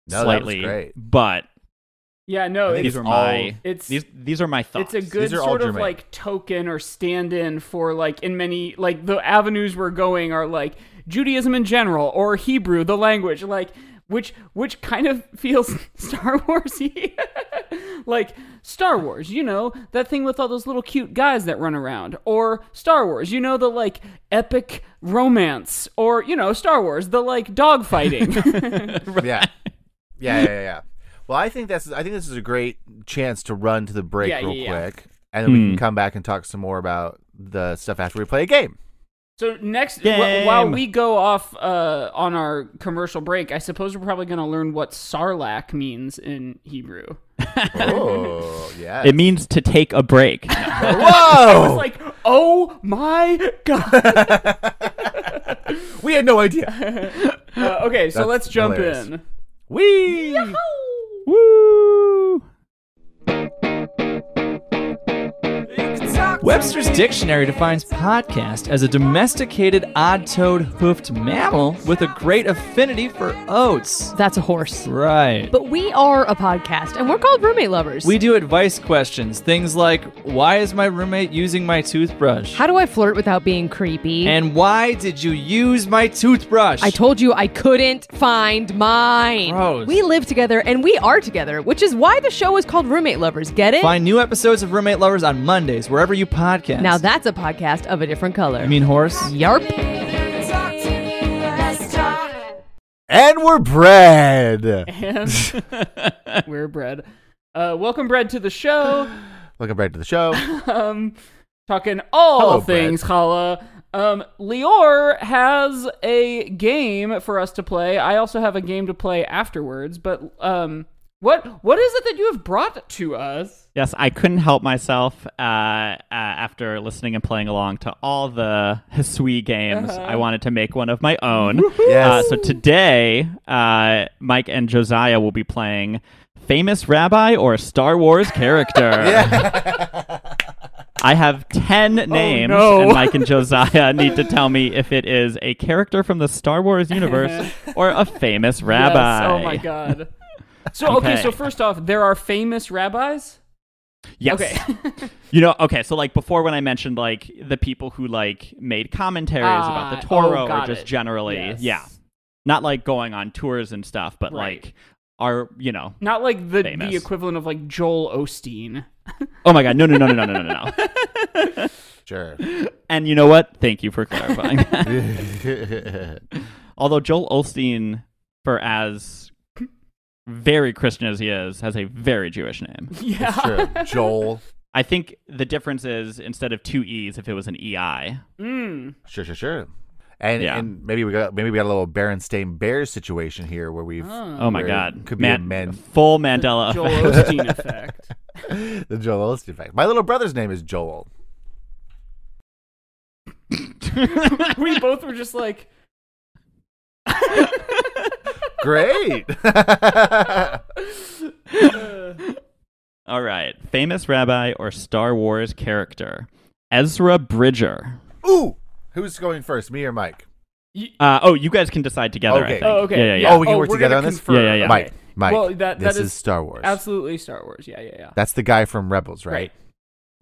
Speaker 2: No, that was
Speaker 3: slightly,
Speaker 2: great.
Speaker 3: but
Speaker 1: Yeah, no,
Speaker 2: I think
Speaker 1: it's,
Speaker 3: these are
Speaker 2: all-
Speaker 3: my
Speaker 1: it's
Speaker 3: these these are my thoughts.
Speaker 1: it's a good
Speaker 2: These are all
Speaker 1: sort of
Speaker 2: germane.
Speaker 1: like token or stand-in for like in many like the avenues we're going are like Judaism in general or Hebrew the language like which which kind of feels Star Warsy like Star Wars you know that thing with all those little cute guys that run around or Star Wars you know the like epic romance or you know Star Wars the like dog fighting
Speaker 2: Yeah. Yeah, yeah, yeah, yeah. Well, I think that's I think this is a great chance to run to the break
Speaker 1: Yeah,
Speaker 2: real
Speaker 1: yeah, yeah.
Speaker 2: quick. And then we
Speaker 3: Hmm.
Speaker 2: can come back and talk some more about the stuff after we play a game.
Speaker 1: So next, wh- while
Speaker 3: Game.
Speaker 1: we go off uh, on our commercial break, I suppose we're probably going to learn what sarlacc means in Hebrew.
Speaker 2: Oh, yeah.
Speaker 3: It means to take a break.
Speaker 1: It's
Speaker 2: Whoa!
Speaker 1: like, oh my god.
Speaker 2: we had no idea.
Speaker 1: Uh, okay, so
Speaker 2: That's
Speaker 1: let's jump
Speaker 2: hilarious.
Speaker 1: in.
Speaker 2: We.
Speaker 3: Woo!
Speaker 4: You can talk Webster's Dictionary defines podcast as a domesticated odd toed hoofed mammal with a great affinity for oats.
Speaker 5: That's a horse.
Speaker 4: Right.
Speaker 5: But we are a podcast, and we're called Roommate Lovers.
Speaker 4: We do advice questions, things like why is my roommate using my toothbrush?
Speaker 5: How do I flirt without being creepy?
Speaker 4: and why did you use my toothbrush?
Speaker 5: I told you I couldn't find mine.
Speaker 4: Gross.
Speaker 5: We live together and we are together, which is why the show is called Roommate Lovers. Get it?
Speaker 4: Find new episodes of Roommate Lovers on Mondays, wherever you podcast.
Speaker 5: Now that's a podcast of a different color.
Speaker 4: I mean horse?
Speaker 5: yarp.
Speaker 2: And we're bread.
Speaker 1: And we're bread. Uh, welcome, bread, to the show.
Speaker 2: Welcome back to the show.
Speaker 1: um, talking all
Speaker 2: Hello,
Speaker 1: things challah. Um, Lior has a game for us to play. I also have a game to play afterwards. But um, what what is it that you have brought to us?
Speaker 3: Yes, I couldn't help myself uh, uh, after listening and playing along to all the Hisui games.
Speaker 1: Uh-huh.
Speaker 3: I wanted to make one of my own. Uh,
Speaker 2: Yes.
Speaker 3: so today, uh, Mike and Josiah will be playing Famous Rabbi or Star Wars Character. I have 10 names,
Speaker 1: Oh, no.
Speaker 3: and Mike and Josiah need to tell me if it is a character from the Star Wars universe or a famous rabbi.
Speaker 1: Yes. Oh my god. So okay.
Speaker 3: Okay.
Speaker 1: so first off, there are famous rabbis.
Speaker 3: Yes.
Speaker 1: Okay.
Speaker 3: You know, okay, so like before when I mentioned like the people who like made commentaries about
Speaker 1: Ah,
Speaker 3: the
Speaker 1: oh,
Speaker 3: Toro or
Speaker 1: got
Speaker 3: just
Speaker 1: it.
Speaker 3: generally,
Speaker 1: Yes.
Speaker 3: yeah, not like going on tours and stuff, but
Speaker 1: Right.
Speaker 3: like are you know?
Speaker 1: Not like the
Speaker 3: Famous.
Speaker 1: the equivalent of like Joel Osteen.
Speaker 3: Oh my god, no, no, no, no, no, no, no, no.
Speaker 2: Sure.
Speaker 3: And you know what? Thank you for clarifying. that. Although Joel Olstein, for as very Christian as he is, has a very Jewish name.
Speaker 1: Yeah.
Speaker 2: True. Joel.
Speaker 3: I think the difference is instead of two e's, if it was an E ei,
Speaker 1: Mm.
Speaker 2: Sure, sure, sure. And,
Speaker 3: Yeah.
Speaker 2: and maybe we got maybe we got a little Berenstain Bears situation here where we've
Speaker 3: Oh my
Speaker 2: Where
Speaker 3: God!
Speaker 2: it could be a man.
Speaker 3: Full Mandela
Speaker 1: Joel
Speaker 3: effect.
Speaker 1: Osteen effect.
Speaker 2: the Joel Olstein fact. My little brother's name is Joel.
Speaker 1: We both were just like,
Speaker 2: Great.
Speaker 3: All right, famous rabbi or Star Wars character? Ezra Bridger.
Speaker 2: Ooh, who's going first, me or Mike?
Speaker 3: Uh, oh, you guys can decide together. I
Speaker 2: Okay.
Speaker 3: think.
Speaker 1: "Oh, okay,
Speaker 3: Yeah, yeah, yeah.
Speaker 2: Oh, we can work
Speaker 1: we're
Speaker 2: together
Speaker 1: gonna
Speaker 2: on this?
Speaker 1: confer.
Speaker 3: Yeah, yeah, yeah.
Speaker 1: Okay.
Speaker 2: Mike, Mike.
Speaker 1: Well, that-
Speaker 2: this
Speaker 1: that
Speaker 2: is,
Speaker 1: is
Speaker 2: Star Wars.
Speaker 1: Absolutely, Star Wars. Yeah, yeah, yeah.
Speaker 2: That's the guy from Rebels, right?
Speaker 1: Right.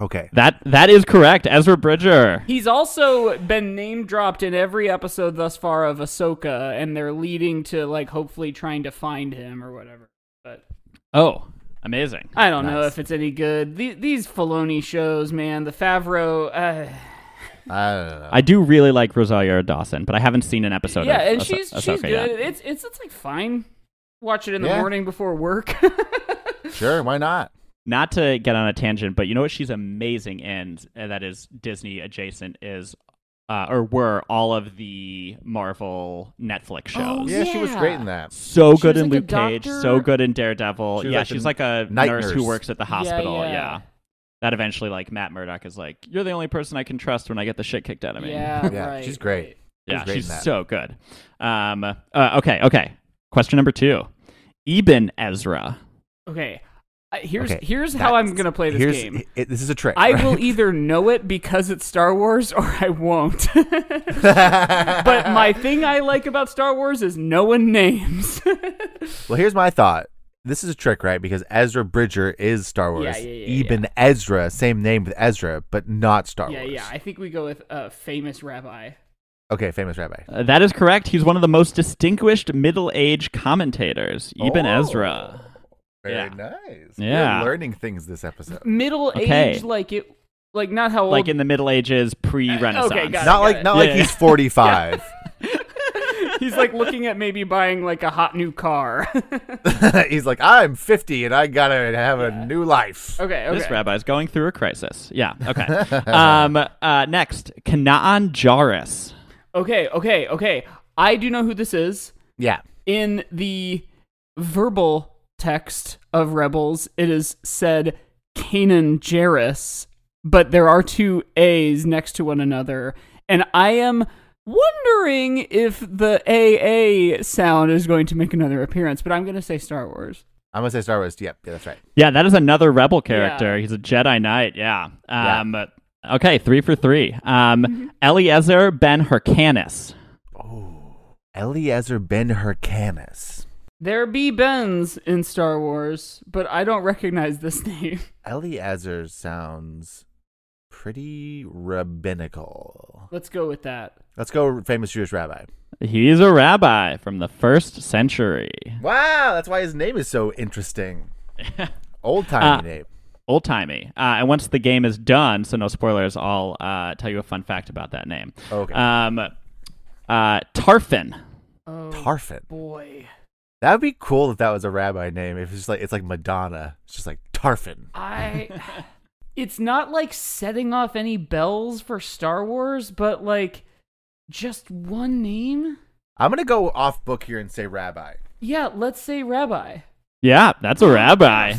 Speaker 2: Okay.
Speaker 3: That that is correct. Ezra Bridger.
Speaker 1: He's also been name dropped in every episode thus far of Ahsoka, and they're leading to like hopefully trying to find him or whatever. But
Speaker 3: Oh, amazing.
Speaker 1: I don't know
Speaker 2: Nice.
Speaker 1: if it's any good. The- these Filoni shows, man, the Favreau. Uh,
Speaker 2: I don't know.
Speaker 3: I do really like Rosario Dawson, but I haven't seen an episode.
Speaker 1: yeah,
Speaker 3: of
Speaker 1: and
Speaker 3: Ahso-
Speaker 1: she's she's
Speaker 3: Ahsoka
Speaker 1: good.
Speaker 3: yet.
Speaker 1: It's it's it's like fine. Watch it in the
Speaker 2: Yeah.
Speaker 1: morning before work.
Speaker 2: sure, why not?
Speaker 3: Not to get on a tangent, but you know what? She's amazing, and uh, that is Disney adjacent. Is uh, or were all of the Marvel Netflix shows.
Speaker 5: Oh,
Speaker 2: Yeah, she was
Speaker 5: Yeah.
Speaker 2: great in that.
Speaker 3: So
Speaker 1: She
Speaker 3: good
Speaker 1: was
Speaker 3: in
Speaker 1: like a
Speaker 3: Luke Cage,
Speaker 1: doctor?
Speaker 3: so good in Daredevil.
Speaker 2: She was
Speaker 3: yeah,
Speaker 2: like
Speaker 3: she's
Speaker 2: the
Speaker 3: like a
Speaker 2: night
Speaker 3: nurse, who
Speaker 2: nurse.
Speaker 3: works at the hospital. Yeah,
Speaker 1: yeah.
Speaker 3: That eventually, like Matt Murdock is like, you're the only person I can trust when I get the shit kicked out of me.
Speaker 1: yeah,
Speaker 2: Yeah,
Speaker 1: right,
Speaker 2: she's great.
Speaker 1: right.
Speaker 3: Yeah,
Speaker 2: great in
Speaker 3: she's
Speaker 2: that.
Speaker 3: so good. Um, uh, okay, okay. Question number two, Ibn Ezra.
Speaker 1: Okay, Uh, here's
Speaker 2: Okay,
Speaker 1: here's how I'm
Speaker 2: that's-
Speaker 1: gonna play this
Speaker 2: Here's,
Speaker 1: game.
Speaker 2: it- this is a trick.
Speaker 1: I
Speaker 2: right?
Speaker 1: will either know it because it's Star Wars or I won't. but my thing I like about Star Wars is knowing names.
Speaker 2: Well, here's my thought. This is a trick, right? Because Ezra Bridger is Star Wars.
Speaker 1: Yeah, yeah, yeah,
Speaker 2: Ibn Ezra, same name with Ezra, but not Star
Speaker 1: yeah,
Speaker 2: Wars.
Speaker 1: yeah. I think we go with uh, famous rabbi.
Speaker 2: Okay, famous rabbi.
Speaker 3: Uh, that is correct. He's one of the most distinguished middle-aged commentators, Ibn
Speaker 2: Oh.
Speaker 3: Ezra.
Speaker 2: Very
Speaker 3: Yeah.
Speaker 2: nice.
Speaker 3: Yeah.
Speaker 2: We're learning things this episode.
Speaker 1: Middle
Speaker 3: Okay.
Speaker 1: age, like it, like not how old.
Speaker 3: Like in the Middle
Speaker 1: Uh,
Speaker 3: Ages, pre-Renaissance.
Speaker 1: got it.
Speaker 2: not like not
Speaker 3: Yeah,
Speaker 2: like
Speaker 3: yeah.
Speaker 2: he's 45.
Speaker 1: he's like looking at maybe buying like a hot new car.
Speaker 2: he's like, I'm 50 and I gotta have a new
Speaker 3: Oh.
Speaker 2: life.
Speaker 1: okay, okay.
Speaker 3: This rabbi is going through a crisis. Yeah. Okay. um, uh, next, Kanaan Jarrus.
Speaker 1: Okay, okay, okay. I do know who this is.
Speaker 2: Yeah.
Speaker 1: In the verbal text of Rebels, it is said Kanan Jarrus, but there are two A's next to one another. And I am wondering if the AA sound is going to make another appearance, but I'm going to say Star Wars.
Speaker 2: I'm gonna say Star Wars. Yep, yeah, that's right.
Speaker 3: Yeah, that is another rebel character.
Speaker 1: Yeah.
Speaker 3: He's a Jedi Knight. Yeah. Um, Okay, three for three. Um, Eliezer Ben Hyrcanus.
Speaker 2: Eliezer Ben Hyrcanus.
Speaker 1: There be Bens in Star Wars, but I don't recognize this name.
Speaker 2: Eliezer sounds pretty rabbinical.
Speaker 1: Let's go with that.
Speaker 2: Let's go, famous Jewish rabbi.
Speaker 3: He's a rabbi from the first century.
Speaker 2: Wow, that's why his name is so interesting. Old timey
Speaker 3: Uh,
Speaker 2: name.
Speaker 3: Old timey. Uh, and once the game is done, so no spoilers, I'll uh, tell you a fun fact about that name.
Speaker 2: Okay.
Speaker 3: Um, uh, Tarfin.
Speaker 1: Oh
Speaker 2: Tarfin.
Speaker 1: boy.
Speaker 2: That would be cool if that was a rabbi name. If it's just like it's like Madonna. It's just like Tarfin.
Speaker 1: I It's not like setting off any bells for Star Wars, but like just one name?
Speaker 2: I'm gonna go off book here and say rabbi.
Speaker 1: Yeah, let's say Rabbi.
Speaker 3: Yeah, that's a rabbi.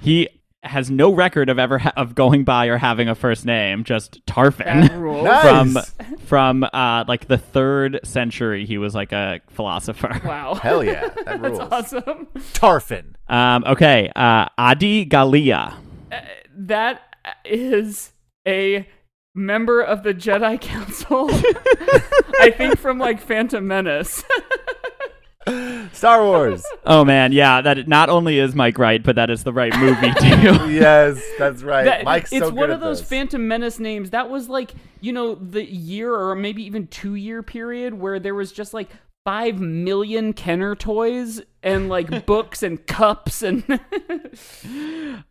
Speaker 3: he has no record of ever ha- of going by or having a first name, just Tarfin.
Speaker 1: That rules.
Speaker 2: Nice.
Speaker 3: from from uh, like the third century, he was like a philosopher.
Speaker 1: Wow.
Speaker 2: Hell yeah, that rules.
Speaker 1: That's awesome.
Speaker 2: Tarfin.
Speaker 3: Um, okay, uh, Adi Galia.
Speaker 1: That is a member of the Jedi Council. I think from like Phantom Menace.
Speaker 2: Star Wars.
Speaker 3: Oh man, yeah, that not only is Mike right, but that is the right movie too.
Speaker 2: yes, that's right.
Speaker 1: That-
Speaker 2: Mike's so
Speaker 1: it's
Speaker 2: good
Speaker 1: one
Speaker 2: at
Speaker 1: of those
Speaker 2: this.
Speaker 1: Phantom Menace names. That was like, you know, the year or maybe even two year period where there was just like five million Kenner toys and like books and cups and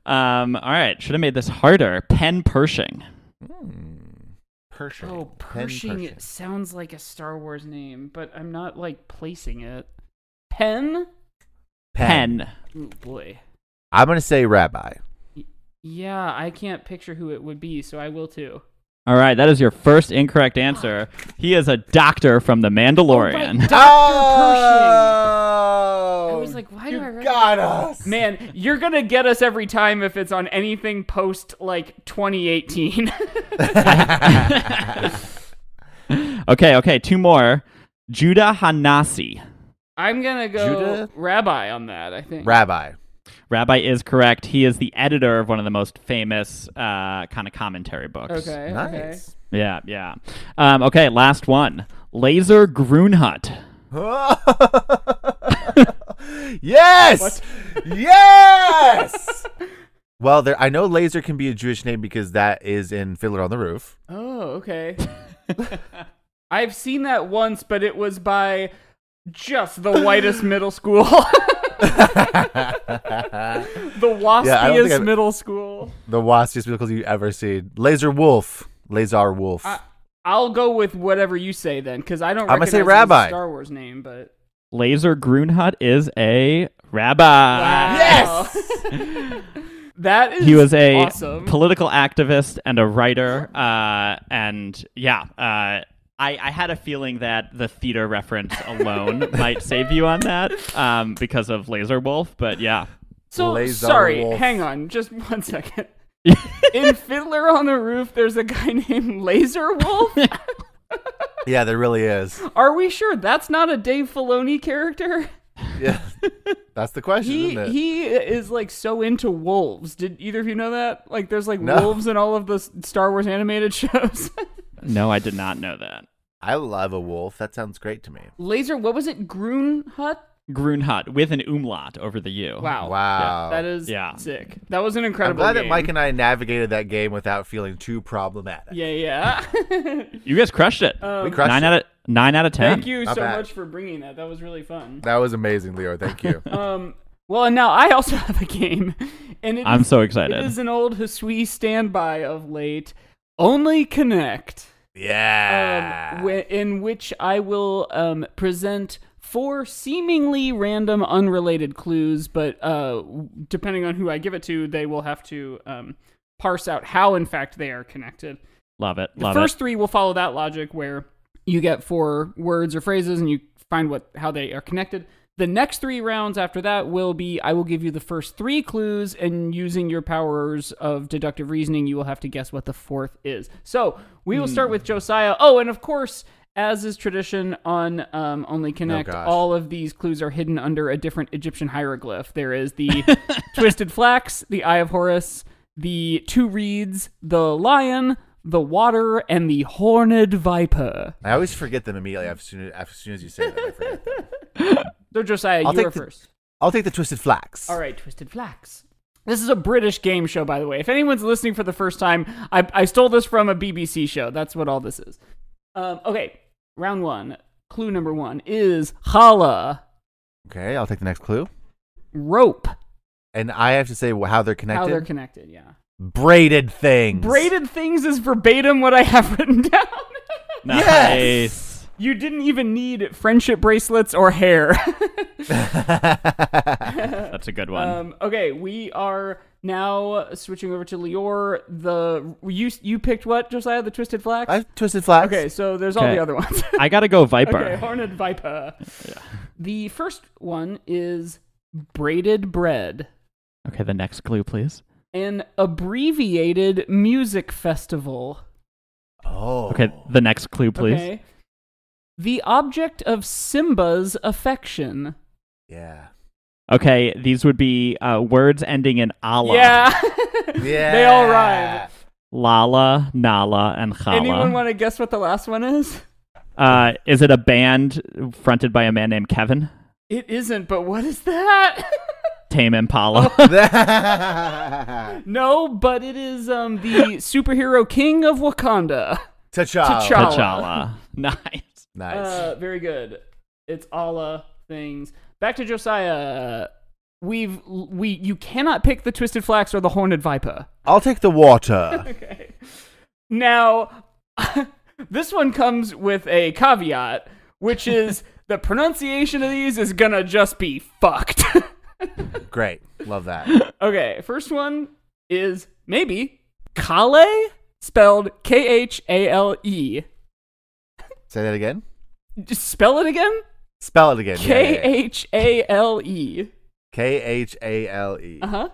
Speaker 3: um, all right, should have made this harder. Pen Pershing.
Speaker 2: Hmm. Pershing.
Speaker 1: Oh,
Speaker 2: Pen
Speaker 1: Pershing it sounds like a Star Wars name, but I'm not like placing it. Pen?
Speaker 3: Pen.
Speaker 1: Ooh, boy.
Speaker 2: I'm gonna say rabbi.
Speaker 1: Yeah, I can't picture who it would be, so I will too.
Speaker 3: All right, that is your first incorrect answer. He is a doctor from The Mandalorian.
Speaker 1: Right, Dr.
Speaker 2: Oh,
Speaker 1: I was like, why do
Speaker 2: you
Speaker 1: I recognize-
Speaker 2: got us,
Speaker 1: Pershing. Man, you're gonna get us every time if it's on anything post like 2018.
Speaker 3: okay, okay, two more. Judah Hanasi.
Speaker 1: I'm gonna go
Speaker 2: Judah?
Speaker 1: rabbi on that. I think.
Speaker 2: rabbi.
Speaker 3: Rabbi is correct. He is the editor of one of the most famous uh, kind of commentary books.
Speaker 1: Okay. Okay.
Speaker 2: Nice.
Speaker 3: Yeah, yeah. Um, okay, last one. Laser Grunhut.
Speaker 2: yes. Yes. well, there. I know laser can be a Jewish name because that is in Fiddler on the Roof.
Speaker 1: Oh, okay. I've seen that once, but it was by just the whitest middle school,
Speaker 2: the
Speaker 1: the waspiest
Speaker 2: think I've-
Speaker 1: middle school.
Speaker 2: wastiest vehicles you ever seen. Laser Wolf. Lazar Wolf.
Speaker 1: I, I'll go with whatever you say then, because I don't.
Speaker 2: I'm gonna
Speaker 1: recognize
Speaker 2: say
Speaker 1: his
Speaker 2: rabbi.
Speaker 1: Star Wars name, but
Speaker 3: Laser Grunhut is a rabbi.
Speaker 2: Ah.
Speaker 1: Wow. that is.
Speaker 3: He was a
Speaker 1: awesome.
Speaker 3: political activist and a writer. Uh, and yeah, uh, I, I had a feeling that the theater reference alone might save you on that um, because of Laser Wolf, but yeah.
Speaker 1: so
Speaker 2: Lazar
Speaker 1: sorry.
Speaker 2: Wolf.
Speaker 1: Hang on, just one second. In Fiddler on the Roof, there's a guy named Laser Wolf.
Speaker 2: yeah, there really is.
Speaker 1: Are we sure that's not a Dave Filoni character?
Speaker 2: Yeah. That's the question,
Speaker 1: He
Speaker 2: isn't it?
Speaker 1: he is like so into wolves. Did either of you know that? Like, there's like
Speaker 2: No.
Speaker 1: wolves in all of the S- Star Wars animated shows.
Speaker 3: No, I did not know that.
Speaker 2: I love a wolf. That sounds great to me.
Speaker 1: Laser, what was it? Groon Hut.
Speaker 3: Grunhut with an umlaut over the U.
Speaker 1: Wow.
Speaker 2: Oh, Wow.
Speaker 1: That is
Speaker 3: Yeah.
Speaker 1: sick. That was an
Speaker 2: I'm
Speaker 1: incredible.
Speaker 2: glad that
Speaker 1: game.
Speaker 2: Mike and I navigated that game without feeling too problematic.
Speaker 1: Yeah, yeah.
Speaker 3: You guys crushed it.
Speaker 2: we crushed
Speaker 3: nine
Speaker 2: it.
Speaker 3: out of nine out of ten.
Speaker 1: Uh, Thank you
Speaker 2: Not
Speaker 1: so
Speaker 2: bad.
Speaker 1: much for bringing that. That was really fun.
Speaker 2: That was amazing, Leo. Thank you.
Speaker 1: Um. Well, and now I also have a game, and it is
Speaker 3: I'm so
Speaker 1: it
Speaker 3: excited.
Speaker 1: is an old Hisui standby of late. Only connect.
Speaker 2: yeah.
Speaker 3: Ah.
Speaker 1: um, wh- in which I will um, present four seemingly random, unrelated clues, but uh, w- depending on who I give it to, they will have to um, parse out how, in fact, they are connected.
Speaker 3: Love it.
Speaker 1: The
Speaker 3: Love
Speaker 1: first
Speaker 3: it.
Speaker 1: three will follow that logic, where you get four words or phrases, and you find what how they are connected. The next three rounds after that will be I will give you the first three clues, and using your powers of deductive reasoning, you will have to guess what the fourth is. So we will start with Josiah. Oh, and of course, as is tradition on um, Only Connect,
Speaker 2: gosh.
Speaker 1: all of these clues are hidden under a different Egyptian hieroglyph. There is the Twisted Flax, the Eye of Horus, the two reeds, the lion, the water, and the horned viper.
Speaker 2: I always forget them immediately as soon as, as, soon as you say that. I forget them.
Speaker 1: So Josiah,
Speaker 2: I'll
Speaker 1: you
Speaker 2: take
Speaker 1: are
Speaker 2: the-
Speaker 1: first.
Speaker 2: I'll take the twisted flax.
Speaker 1: All right, Twisted Flax. This is a British game show, by the way. If anyone's listening for the first time, I, I stole this from a BBC show. That's what all this is. Um, okay, round one. Clue number one is challah,
Speaker 2: Okay, I'll take the next clue.
Speaker 1: rope.
Speaker 2: And I have to say wh- how they're connected.
Speaker 1: How they're connected, yeah.
Speaker 2: Braided things.
Speaker 1: Braided things is verbatim what I have written down.
Speaker 3: Nice.
Speaker 2: Yes!
Speaker 1: you didn't even need friendship bracelets or hair.
Speaker 3: That's a good one.
Speaker 1: um, okay, we are now switching over to Lior. The you you picked what Josiah the Twisted Flax.
Speaker 2: I have twisted flax.
Speaker 1: Okay, so there's all
Speaker 3: Okay.
Speaker 1: the other ones.
Speaker 3: I gotta go Viper.
Speaker 1: okay, horned viper. The first one is braided bread,
Speaker 3: okay, the next clue, please.
Speaker 1: an abbreviated music festival.
Speaker 2: Oh.
Speaker 3: Okay, the next clue, please.
Speaker 1: Okay. The object of Simba's affection.
Speaker 2: Yeah.
Speaker 3: Okay, these would be uh, words ending in Allah.
Speaker 1: Yeah.
Speaker 2: Yeah.
Speaker 1: They all rhyme.
Speaker 3: Lala, Nala, and Khala.
Speaker 1: Anyone want to guess what the last one is?
Speaker 3: uh, is it a band fronted by a man named Kevin?
Speaker 1: It isn't, but what is that?
Speaker 3: Tame Impala.
Speaker 1: Oh, no, but it is um the superhero king of Wakanda.
Speaker 2: T'Challa.
Speaker 1: T'Challa.
Speaker 3: T'Challa. nice.
Speaker 2: Nice.
Speaker 1: Uh, very good. It's Allah things. Back to Josiah. We've we you cannot pick the twisted flax or the horned viper.
Speaker 2: I'll take the water.
Speaker 1: Okay. Now, this one comes with a caveat, which is the pronunciation of these is gonna just be fucked.
Speaker 2: Great. Love that.
Speaker 1: okay, first one is maybe Kale, spelled K H A L E.
Speaker 2: Say that again.
Speaker 1: Just Spell it again.
Speaker 2: Spell it again.
Speaker 1: K H A L E.
Speaker 2: K H A L E.
Speaker 1: Uh huh.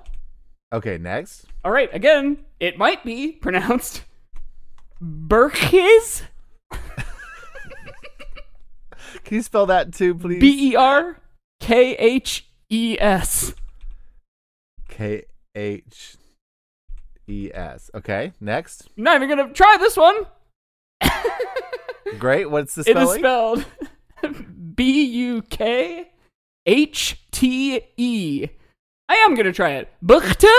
Speaker 2: Okay, next.
Speaker 1: All right, again, it might be pronounced Berkes,
Speaker 2: Can you spell that too, please?
Speaker 1: B E R K H E S.
Speaker 2: K H E S. Okay, next.
Speaker 1: Not even gonna try this one.
Speaker 2: Great. What's the
Speaker 1: It is
Speaker 2: spelling?
Speaker 1: spelled B U K H T E. I am gonna try it. Buchte,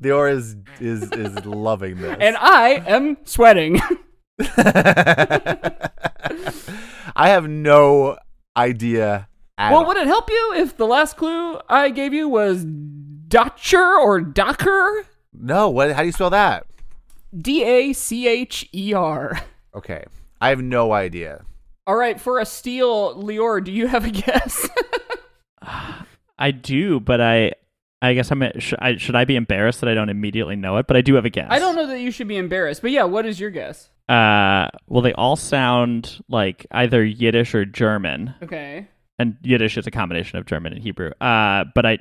Speaker 2: Lior is is is loving this.
Speaker 1: and I am sweating.
Speaker 2: I have no idea. At
Speaker 1: well,
Speaker 2: all.
Speaker 1: would it help you if the last clue I gave you was Dutcher or Docker?
Speaker 2: No. What? How do you spell that?
Speaker 1: D A C H E R.
Speaker 2: Okay. I have no idea.
Speaker 1: All right, for a steal, Lior, do you have a guess?
Speaker 3: I do, but I, I guess I'm. Sh- I, should I be embarrassed that I don't immediately know it? But I do have a guess.
Speaker 1: I don't know that you should be embarrassed, but yeah, what is your guess?
Speaker 3: Uh, well, they all sound like either Yiddish or German,
Speaker 1: Okay.
Speaker 3: and Yiddish is a combination of German and Hebrew. Uh, but I,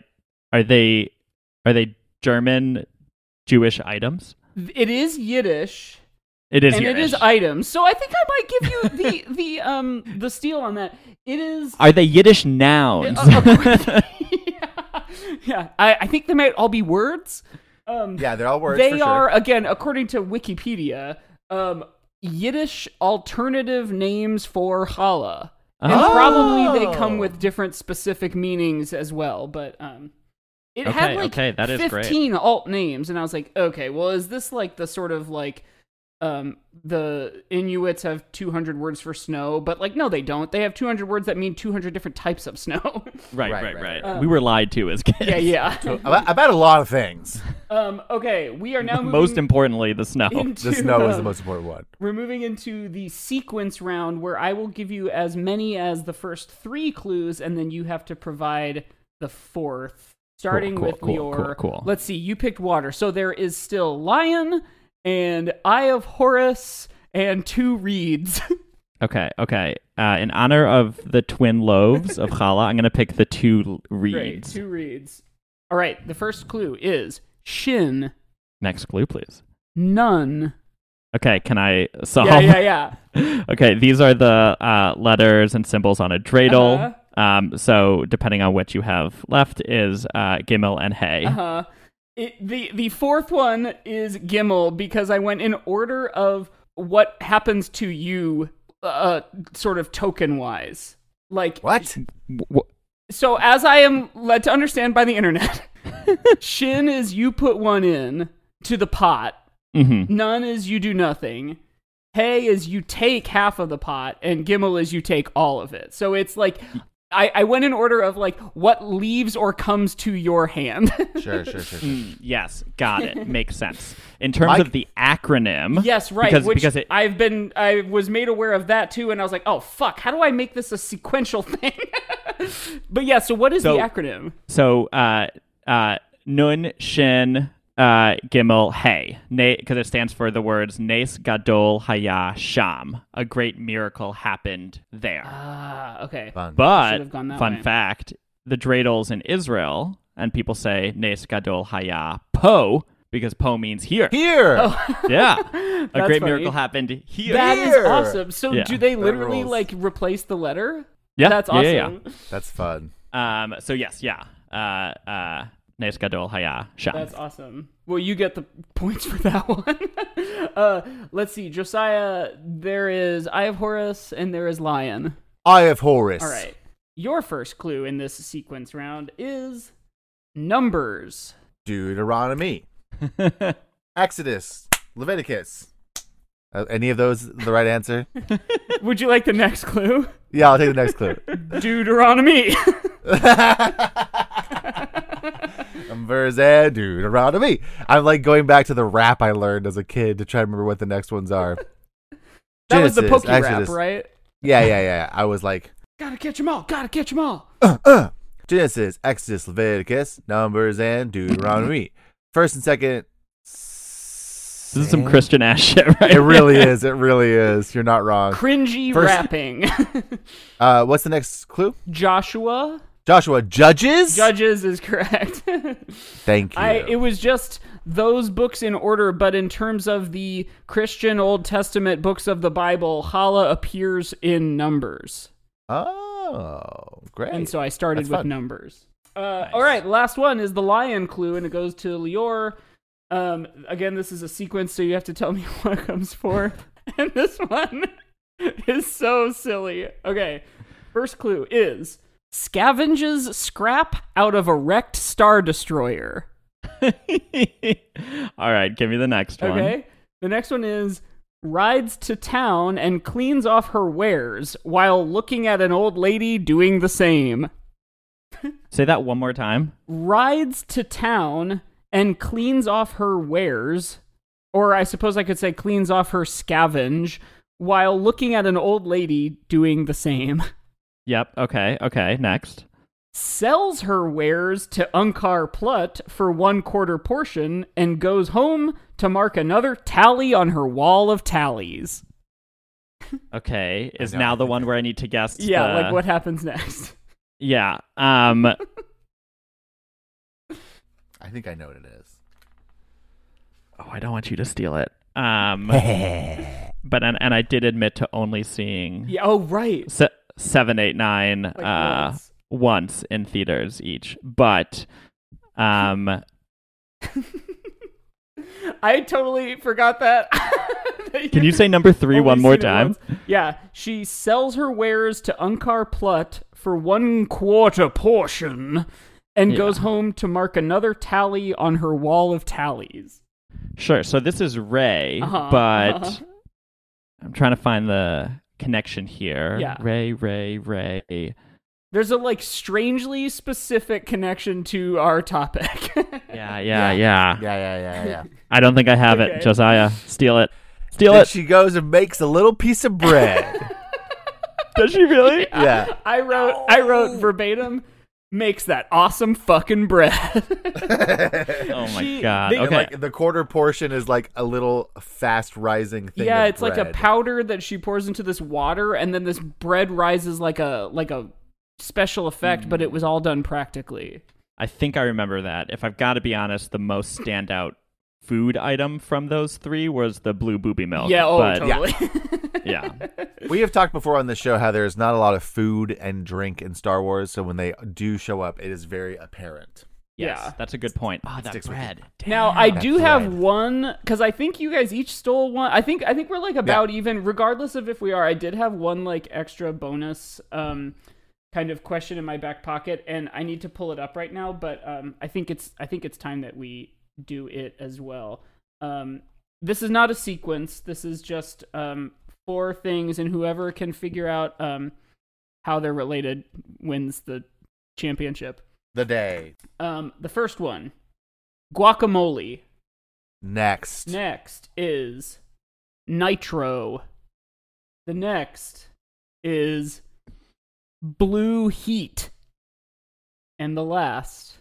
Speaker 3: are they, are they German Jewish items?
Speaker 1: It is Yiddish,
Speaker 3: It is
Speaker 1: and
Speaker 3: Yiddish.
Speaker 1: it is items. So I think I might give you the the um the steal on that. It is
Speaker 3: are they Yiddish nouns?
Speaker 1: Uh, yeah. Yeah. I, I think they might all be words. Um
Speaker 2: Yeah, they're all words.
Speaker 1: they
Speaker 2: for sure.
Speaker 1: are again according to Wikipedia, um Yiddish alternative names for challah. And
Speaker 3: Oh.
Speaker 1: probably they come with different specific meanings as well, but um it had
Speaker 3: Okay,
Speaker 1: like
Speaker 3: okay, that is great.
Speaker 1: 15 alt names and I was like, okay, well is this like the sort of like um the Inuits have 200 words for snow, but like no they don't. They have 200 words that mean 200 different types of snow.
Speaker 2: Right,
Speaker 3: right, right, right.
Speaker 2: right,
Speaker 1: right.
Speaker 3: we were lied to as kids.
Speaker 1: Uh, yeah, yeah.
Speaker 2: about, about a lot of things.
Speaker 1: Um okay, we are now moving
Speaker 3: Most importantly, the snow.
Speaker 1: into
Speaker 2: The snow is the
Speaker 1: um,
Speaker 2: most important one.
Speaker 1: We're moving into the sequence round where I will give you as many as the first three clues, and then you have to provide the fourth. Starting
Speaker 3: cool,
Speaker 1: with
Speaker 3: cool,
Speaker 1: your.
Speaker 3: cool, cool.
Speaker 1: Let's see, you picked water. So there is still lion and Eye of Horus and two reeds.
Speaker 3: Okay, okay. Uh, in honor of the twin loaves of challah, I'm going to pick the two l-
Speaker 1: Great,
Speaker 3: reeds.
Speaker 1: two reeds. All right, the first clue is shin,
Speaker 3: Next clue, please.
Speaker 1: none.
Speaker 3: Okay, can I solve?
Speaker 1: Yeah, yeah, yeah.
Speaker 3: okay, these are the uh, letters and symbols on a dreidel.
Speaker 1: Uh-huh.
Speaker 3: Um, so depending on what you have left is uh, Gimel and Hay.
Speaker 1: Uh-huh. It, the the fourth one is Gimel because I went in order of what happens to you, uh, sort of token wise. Like
Speaker 2: What?
Speaker 1: so, as I am led to understand by the internet, Shin is you put one in to the pot.
Speaker 3: hmm
Speaker 1: None is you do nothing. Hey is you take half of the pot, and Gimel is you take all of it. So it's like. I, I went in order of like what leaves or comes to your hand.
Speaker 2: Sure, sure, sure. sure.
Speaker 3: Mm, yes, got it. Makes sense. In terms
Speaker 2: Mike-
Speaker 3: of the acronym.
Speaker 1: Yes, right.
Speaker 3: Because,
Speaker 1: which
Speaker 3: because it,
Speaker 1: I've been, I was made aware of that too, and I was like, oh fuck, how do I make this a sequential thing? but yeah, so what is
Speaker 3: So-
Speaker 1: the acronym?
Speaker 3: so uh, uh, Nun, Shin, uh, Gimel, Hey, because it stands for the words Nes Gadol Haya Sham. A great miracle happened there.
Speaker 1: Ah, okay.
Speaker 2: Fun.
Speaker 3: But
Speaker 1: Should have gone that
Speaker 3: fun
Speaker 1: way.
Speaker 3: fact: the dreidels in Israel, and people say Nes Gadol Haya Po because Po means here.
Speaker 2: Here.
Speaker 1: Oh.
Speaker 3: Yeah, a
Speaker 1: That's
Speaker 3: great
Speaker 1: funny.
Speaker 3: miracle happened here.
Speaker 1: That is
Speaker 2: Here!
Speaker 1: awesome. So
Speaker 3: Yeah.
Speaker 1: do they
Speaker 2: That
Speaker 1: literally
Speaker 2: rules.
Speaker 1: like replace the letter?
Speaker 3: yeah,
Speaker 1: That's
Speaker 3: yeah,
Speaker 1: awesome.
Speaker 3: yeah, yeah.
Speaker 2: That's fun.
Speaker 3: Um, so yes, yeah. Uh, uh, Nes Gadol Haya Sham.
Speaker 1: That's awesome. Well, you get the points for that one. uh, let's see, Josiah. There is I have Horus, and there is Lion.
Speaker 2: Eye of Horus.
Speaker 1: All right. Your first clue in this sequence round is numbers.
Speaker 2: Deuteronomy, Exodus, Leviticus. Uh, any of those the right answer?
Speaker 1: Would you like the next clue?
Speaker 2: Yeah, I'll take the next clue.
Speaker 1: Deuteronomy.
Speaker 2: Numbers and Deuteronomy. I'm like going back to the rap I learned as a kid to try to remember what the next ones are.
Speaker 1: that was the
Speaker 2: Genesis,
Speaker 1: Pokey rap,
Speaker 2: Exodus.
Speaker 1: right?
Speaker 2: Yeah, yeah, yeah. I was like,
Speaker 1: Gotta catch 'em all. Gotta catch 'em all.
Speaker 2: uh, uh. Genesis, Exodus, Leviticus, Numbers, and Deuteronomy. First and second.
Speaker 3: this is some Christian ass shit, right?
Speaker 2: It really is. It really is. You're not wrong.
Speaker 1: Cringy
Speaker 2: First-
Speaker 1: rapping.
Speaker 2: Uh, what's the next clue?
Speaker 1: Joshua.
Speaker 2: Joshua, judges.
Speaker 1: Judges is correct.
Speaker 2: Thank you.
Speaker 1: I. It was just those books in order, but in terms of the Christian Old Testament books of the Bible, Hala appears in numbers.
Speaker 2: oh, great.
Speaker 1: And so I started
Speaker 2: That's
Speaker 1: with
Speaker 2: fun.
Speaker 1: numbers. Uh, All right, last one is the lion clue, and it goes to Lior. Um, again, this is a sequence, so you have to tell me what comes for. and this one is so silly. Okay, first clue is scavenges scrap out of a wrecked star destroyer.
Speaker 3: All right, give me the next one.
Speaker 1: Okay, the next one is rides to town and cleans off her wares while looking at an old lady doing the same.
Speaker 3: Say that one more time.
Speaker 1: rides to town and cleans off her wares, or I suppose I could say cleans off her scavenge, while looking at an old lady doing the same.
Speaker 3: Yep. Okay. Okay. Next.
Speaker 1: Sells her wares to Unkar Plut for one quarter portion and goes home to mark another tally on her wall of tallies.
Speaker 3: Okay. Is
Speaker 2: know,
Speaker 3: now
Speaker 2: I
Speaker 3: the
Speaker 2: think
Speaker 3: one where I need to guess.
Speaker 1: Yeah,
Speaker 3: the-
Speaker 1: like what happens next?
Speaker 3: Yeah. Um.
Speaker 2: I think I know what it is.
Speaker 3: Oh, I don't want you to steal it. Um. but and, and I did admit to only seeing
Speaker 1: Yeah, oh, right.
Speaker 3: se- seven, eight, nine.
Speaker 1: Like
Speaker 3: uh,
Speaker 1: once.
Speaker 3: once in theaters each, but um,
Speaker 1: I totally forgot that. That
Speaker 3: can you say number three
Speaker 1: Only
Speaker 3: one more
Speaker 1: seen it
Speaker 3: time?
Speaker 1: once. Yeah, she sells her wares to Unkar Plut for one quarter portion and
Speaker 3: Yeah.
Speaker 1: goes home to mark another tally on her wall of tallies.
Speaker 3: Sure. So this is Ray,
Speaker 1: Uh-huh,
Speaker 3: but
Speaker 1: uh-huh.
Speaker 3: I'm trying to find the connection here.
Speaker 1: Yeah.
Speaker 3: Ray, Ray, Ray.
Speaker 1: There's a like strangely specific connection to our topic.
Speaker 3: Yeah, yeah,
Speaker 2: Yeah,
Speaker 3: yeah.
Speaker 2: yeah, yeah, yeah.
Speaker 3: I don't think I have it.
Speaker 1: Okay.
Speaker 3: Josiah, steal it. Steal
Speaker 2: Then
Speaker 3: it.
Speaker 2: she goes and makes a little piece of bread.
Speaker 3: Does she really?
Speaker 2: yeah.
Speaker 1: I wrote I wrote verbatim makes that awesome fucking bread.
Speaker 3: Oh my
Speaker 1: She-
Speaker 3: god.
Speaker 1: they-
Speaker 2: And,
Speaker 3: okay.
Speaker 2: like the quarter portion is like a little fast rising thing.
Speaker 1: yeah,
Speaker 2: of
Speaker 1: it's like a
Speaker 2: bread.
Speaker 1: powder that she pours into this water and then this bread rises like a like a special effect,
Speaker 3: Hmm.
Speaker 1: but it was all done practically.
Speaker 3: I think I remember that. If I've got to be honest, the most standout food item from those three was the blue booby milk.
Speaker 1: yeah, oh,
Speaker 3: but,
Speaker 1: totally.
Speaker 3: yeah.
Speaker 2: We have talked before on this show how there's not a lot of food and drink in Star Wars, so when they do show up, it is very apparent.
Speaker 3: Yes,
Speaker 1: Yeah.
Speaker 3: that's a good point. Oh, that
Speaker 2: Sticks with
Speaker 3: bread.
Speaker 1: Now I
Speaker 2: That's
Speaker 1: do have
Speaker 2: right.
Speaker 1: one because I think you guys each stole one. I think I think we're like about even, regardless of if we are. I did have one like extra bonus um, kind of question in my back pocket, and I need to pull it up right now. But um, I think it's I think it's time that we do it as well. Um, this is not a sequence. This is just um, four things, and whoever can figure out um, how they're related wins the championship.
Speaker 2: The day.
Speaker 1: Um, the first one, guacamole.
Speaker 2: Next.
Speaker 1: Next is Nitro. The next is Blue Heat. And the last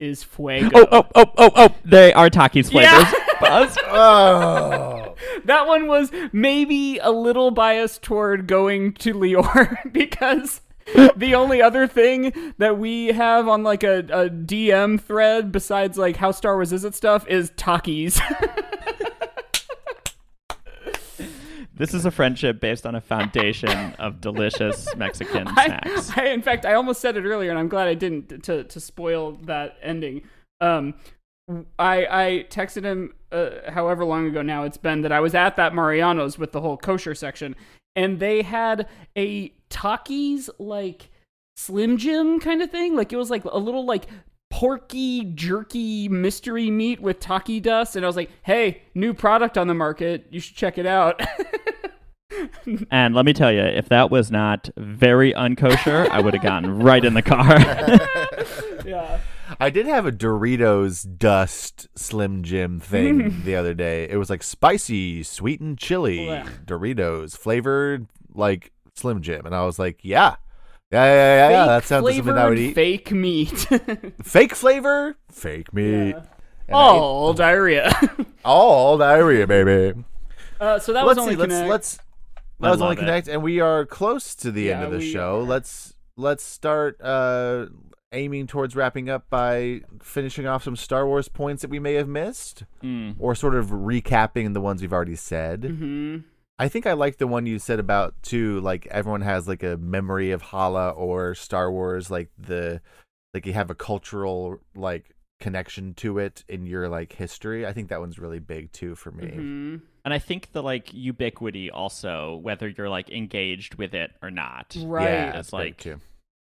Speaker 1: is Fuego.
Speaker 3: Oh, oh, oh, oh, oh! They are Takis flavors.
Speaker 1: Yeah.
Speaker 3: Buzz.
Speaker 2: Oh.
Speaker 1: That one was maybe a little biased toward going to Lior because the only other thing that we have on like a, a DM thread besides like how Star Wars is it stuff is Takis.
Speaker 3: This is a friendship based on a foundation of delicious Mexican snacks.
Speaker 1: I, I, in fact, I almost said it earlier, and I'm glad I didn't t- to to spoil that ending. Um, I I texted him uh, however long ago now it's been that I was at that Mariano's with the whole kosher section, and they had a Takis like Slim Jim kind of thing. Like it was like a little like porky jerky mystery meat with Taki dust, and I was like, hey, new product on the market, you should check it out.
Speaker 3: And let me tell you, if that was not very unkosher, I would have gotten right in the car.
Speaker 1: yeah.
Speaker 2: I did have a Doritos dust Slim Jim thing the other day. It was like spicy, sweet and chili
Speaker 1: Blech.
Speaker 2: Doritos flavored like Slim Jim, and I was like, yeah, yeah, yeah, yeah, yeah. that sounds like something I would
Speaker 1: flavored
Speaker 2: eat. Fake,
Speaker 1: Fake meat.
Speaker 2: flavor, fake meat. And I ate
Speaker 1: all diarrhea.
Speaker 2: all diarrhea, baby.
Speaker 1: uh, so that was
Speaker 2: let's
Speaker 1: only
Speaker 2: see. Let's
Speaker 1: Connect.
Speaker 2: let's.
Speaker 3: I
Speaker 2: That was only
Speaker 3: love it.
Speaker 2: connect, and we are close to the end
Speaker 1: Yeah,
Speaker 2: of the
Speaker 1: we
Speaker 2: show.
Speaker 1: are.
Speaker 2: Let's let's start uh, aiming towards wrapping up by finishing off some Star Wars points that we may have missed,
Speaker 1: Hmm.
Speaker 3: Mm.
Speaker 2: or sort of recapping the ones we've already said.
Speaker 3: Mm-hmm.
Speaker 1: Mhm.
Speaker 2: I think I like the one you said about too. Like everyone has like a memory of Hala or Star Wars, like the like you have a cultural like connection to it in your like history. I think that one's really big too for me.
Speaker 1: Mhm.
Speaker 3: And I think the like ubiquity also, whether you're like engaged with it or not,
Speaker 1: Right.
Speaker 2: Yeah,
Speaker 3: It's
Speaker 2: it's big
Speaker 3: like-
Speaker 2: too.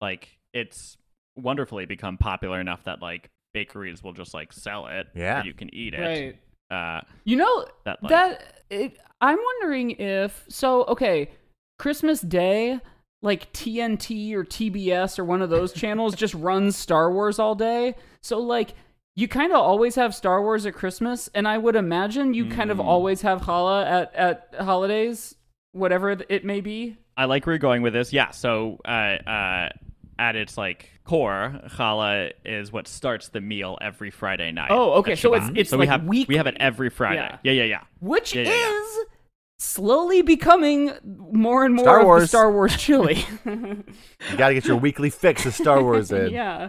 Speaker 3: like it's wonderfully become popular enough that like bakeries will just like sell it. or
Speaker 2: Yeah.
Speaker 3: you can eat it.
Speaker 1: Right.
Speaker 3: Uh,
Speaker 1: You know
Speaker 3: that like,
Speaker 1: that it, I'm wondering if so. Okay, Christmas Day, like TNT or TBS or one of those channels just runs Star Wars all day. So like. You kind of always have Star Wars at Christmas, and I would imagine you kind of
Speaker 3: Mm.
Speaker 1: always have Hala at, at holidays, whatever it may be.
Speaker 3: I like where you're going with this. Yeah. So, uh, uh, at its like core, challah is what starts the meal every Friday night.
Speaker 1: Oh, okay,
Speaker 3: at
Speaker 1: so it's-
Speaker 3: Shabbat.
Speaker 1: it's,
Speaker 3: so
Speaker 1: like,
Speaker 3: we have we have it
Speaker 1: weekly.
Speaker 3: every Friday. Yeah, yeah, yeah.
Speaker 1: which
Speaker 3: Yeah, yeah, yeah.
Speaker 1: is slowly becoming more and more
Speaker 2: Star
Speaker 1: of the
Speaker 2: Wars.
Speaker 1: Star Wars chili.
Speaker 2: You gotta get your weekly fix of Star Wars in
Speaker 1: yeah.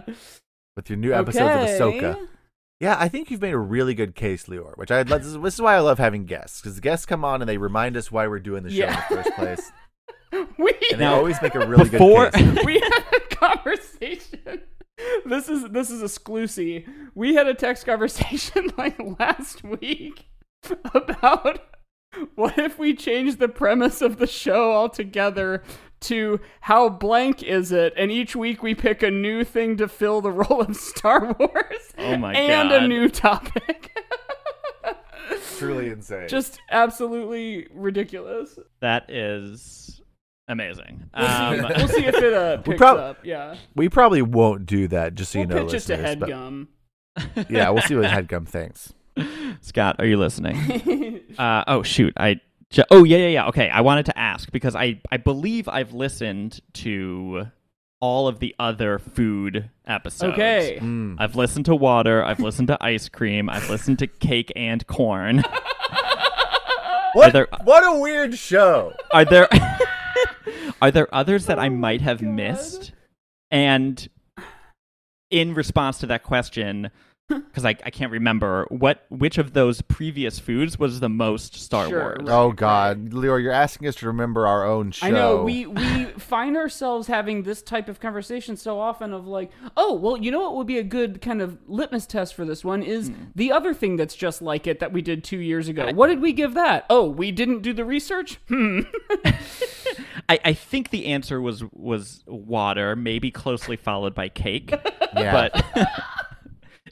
Speaker 2: with your new episodes of Ahsoka. Yeah, I think you've made a really good case, Lior. Which I love. This is, this is why I love having guests because guests come on and they remind us why we're doing the show
Speaker 1: Yeah.
Speaker 2: in the first place,
Speaker 1: We
Speaker 2: and
Speaker 3: Now,
Speaker 2: they always make a really
Speaker 3: before-
Speaker 2: good case.
Speaker 1: we had a conversation. This is this is exclusive. We had a text conversation like last week about what if we change the premise of the show altogether to how blank is it and each week we pick a new thing to fill the role of Star Wars
Speaker 3: Oh my
Speaker 1: and
Speaker 3: god.
Speaker 1: a new topic.
Speaker 2: Truly insane.
Speaker 1: Just absolutely ridiculous.
Speaker 3: that is amazing.
Speaker 1: We'll,
Speaker 3: Um,
Speaker 1: see, we'll see if it uh, picks
Speaker 2: prob-
Speaker 1: up. Yeah.
Speaker 2: we probably won't do that. Just so
Speaker 1: We'll
Speaker 2: you know,
Speaker 1: pitch it to
Speaker 2: listeners, but-
Speaker 1: Headgum.
Speaker 2: yeah, we'll see what Headgum thinks.
Speaker 3: Scott, are you listening? Uh, oh shoot, I. ju- Oh yeah, yeah, yeah. Okay, I wanted to ask because I I believe I've listened to all of the other food episodes.
Speaker 1: okay.
Speaker 2: Mm.
Speaker 3: I've listened to water. I've listened to ice cream. I've listened to cake and corn.
Speaker 2: What?
Speaker 3: there-
Speaker 2: what a weird show.
Speaker 3: Are there are there others that
Speaker 1: Oh
Speaker 3: I might have missed? And in response to that question, because I, I can't remember what which of those previous foods was the most Star
Speaker 1: Sure,
Speaker 3: Wars.
Speaker 1: right.
Speaker 2: Oh God, Leor, you're asking us to remember our own show.
Speaker 1: I know we we find ourselves having this type of conversation so often of like, oh, well, you know what would be a good kind of litmus test for this one is the other thing that's just like it that we did 2 years ago. what did we give that? Oh, we didn't do the research? Hmm.
Speaker 3: I, I think the answer was was water, maybe closely followed by cake,
Speaker 2: Yeah.
Speaker 3: but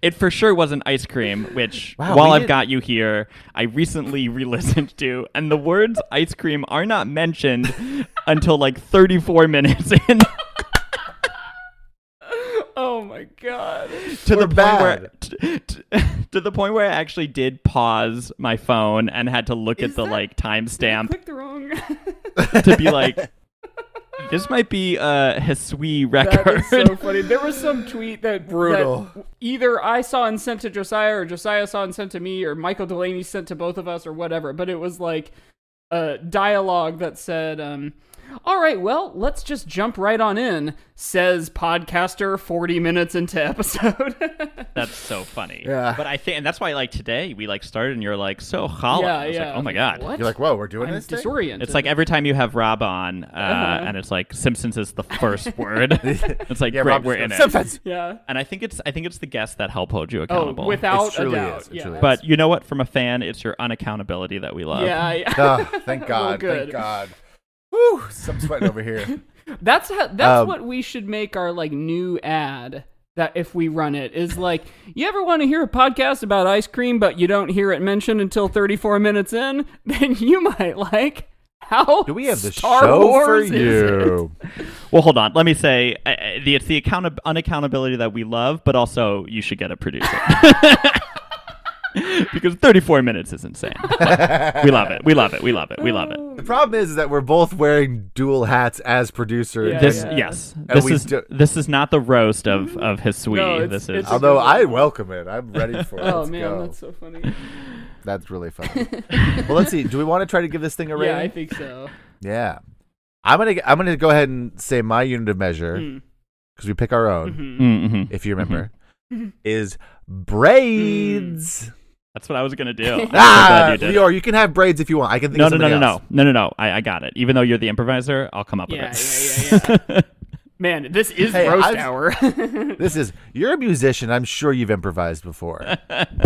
Speaker 3: it for sure wasn't ice cream. Which
Speaker 2: Wow,
Speaker 3: while
Speaker 2: we
Speaker 3: I've
Speaker 2: did-
Speaker 3: got you here, I recently re-listened to, and the words ice cream are not mentioned until like 34 minutes in.
Speaker 1: Oh my god.
Speaker 3: to
Speaker 2: We're
Speaker 3: the point where
Speaker 2: bad.
Speaker 3: t- t- to the point where I actually did pause my phone and had to look
Speaker 1: Is
Speaker 3: at the
Speaker 1: that-
Speaker 3: like timestamp
Speaker 1: Click the wrong.
Speaker 3: to be like, this might be a Hisui
Speaker 1: that
Speaker 3: record.
Speaker 1: is so funny. There was some tweet that
Speaker 2: Brutal.
Speaker 1: that either I saw and sent to Josiah, or Josiah saw and sent to me, or Michael Delaney sent to both of us, or whatever. But it was like a dialogue that said, um, "All right, well, let's just jump right on in." Says podcaster, forty minutes into episode.
Speaker 3: That's so funny.
Speaker 2: Yeah.
Speaker 3: But I think, and that's why, like today, we like started, and you're like, so holla.
Speaker 1: yeah,
Speaker 3: I was
Speaker 1: yeah.
Speaker 3: Like, oh my god.
Speaker 1: What?
Speaker 2: You're like, whoa, we're doing
Speaker 1: I'm
Speaker 2: this. thing?
Speaker 1: disoriented.
Speaker 3: It's like every time you have Rob on, uh,
Speaker 1: Uh-huh.
Speaker 3: and it's like Simpsons is the first word. it's like
Speaker 2: Yeah,
Speaker 3: great,
Speaker 2: Rob
Speaker 3: we're
Speaker 2: just
Speaker 3: in
Speaker 2: goes,
Speaker 3: it.
Speaker 2: Sometimes.
Speaker 1: yeah.
Speaker 3: And I think it's I think it's the guest that help hold you
Speaker 1: Oh,
Speaker 3: accountable.
Speaker 1: without
Speaker 2: truly
Speaker 1: a doubt.
Speaker 2: is, it
Speaker 1: yeah.
Speaker 2: truly is.
Speaker 3: but you know what? From a fan, it's your unaccountability that we love.
Speaker 1: yeah, yeah.
Speaker 2: Ah, thank
Speaker 1: Well,
Speaker 2: God.
Speaker 1: good.
Speaker 2: thank God. Whew, I'm sweating over here.
Speaker 1: That's how, that's
Speaker 2: Um,
Speaker 1: what we should make our like new ad that if we run it is like you ever want to hear a podcast about ice cream but you don't hear it mentioned until 34 minutes in then you might like how
Speaker 2: Do we have the
Speaker 1: Star
Speaker 2: show
Speaker 1: Wars
Speaker 2: for
Speaker 1: is it?
Speaker 2: you?
Speaker 3: Well, hold on. Let me say uh, uh, the, it's the account- unaccountability that we love, but also you should get a producer. because 34 minutes is insane. But we love it. We love it. We love it. We love it.
Speaker 2: The problem is, is that we're both wearing dual hats as producer.
Speaker 1: Yeah,
Speaker 3: This
Speaker 1: yeah.
Speaker 3: yes.
Speaker 2: And
Speaker 3: This
Speaker 2: we
Speaker 3: is
Speaker 2: do-
Speaker 3: this is not the roast of of his sweet.
Speaker 1: No, it's-
Speaker 3: this is
Speaker 1: it's-
Speaker 2: Although I welcome it, I'm ready for it.
Speaker 1: oh
Speaker 2: Let's
Speaker 1: man
Speaker 2: go.
Speaker 1: that's so funny
Speaker 2: That's really funny. well, let's see. Do we want to try to give this thing a rating?
Speaker 1: yeah i think so
Speaker 2: Yeah. I'm gonna I'm gonna go ahead and say my unit of measure
Speaker 1: Mm.
Speaker 2: because we pick our own,
Speaker 1: Mhm.
Speaker 3: hmm
Speaker 2: if you remember,
Speaker 1: Mhm.
Speaker 2: is
Speaker 1: Mm.
Speaker 2: braids.
Speaker 3: That's what I was gonna do. I'm so glad
Speaker 2: Ah,
Speaker 3: you did it.
Speaker 2: Lior, you can have braids if you want. I can think
Speaker 3: No,
Speaker 2: of
Speaker 3: no, no,
Speaker 2: something
Speaker 3: no, no,
Speaker 2: else.
Speaker 3: no, no, no. I, I got it. Even though you're the improviser, I'll come up
Speaker 1: Yeah,
Speaker 3: with
Speaker 1: yeah,
Speaker 3: it.
Speaker 1: man this is
Speaker 2: Hey,
Speaker 1: roast
Speaker 2: I've-
Speaker 1: hour
Speaker 2: This is you're a musician. I'm sure you've improvised before.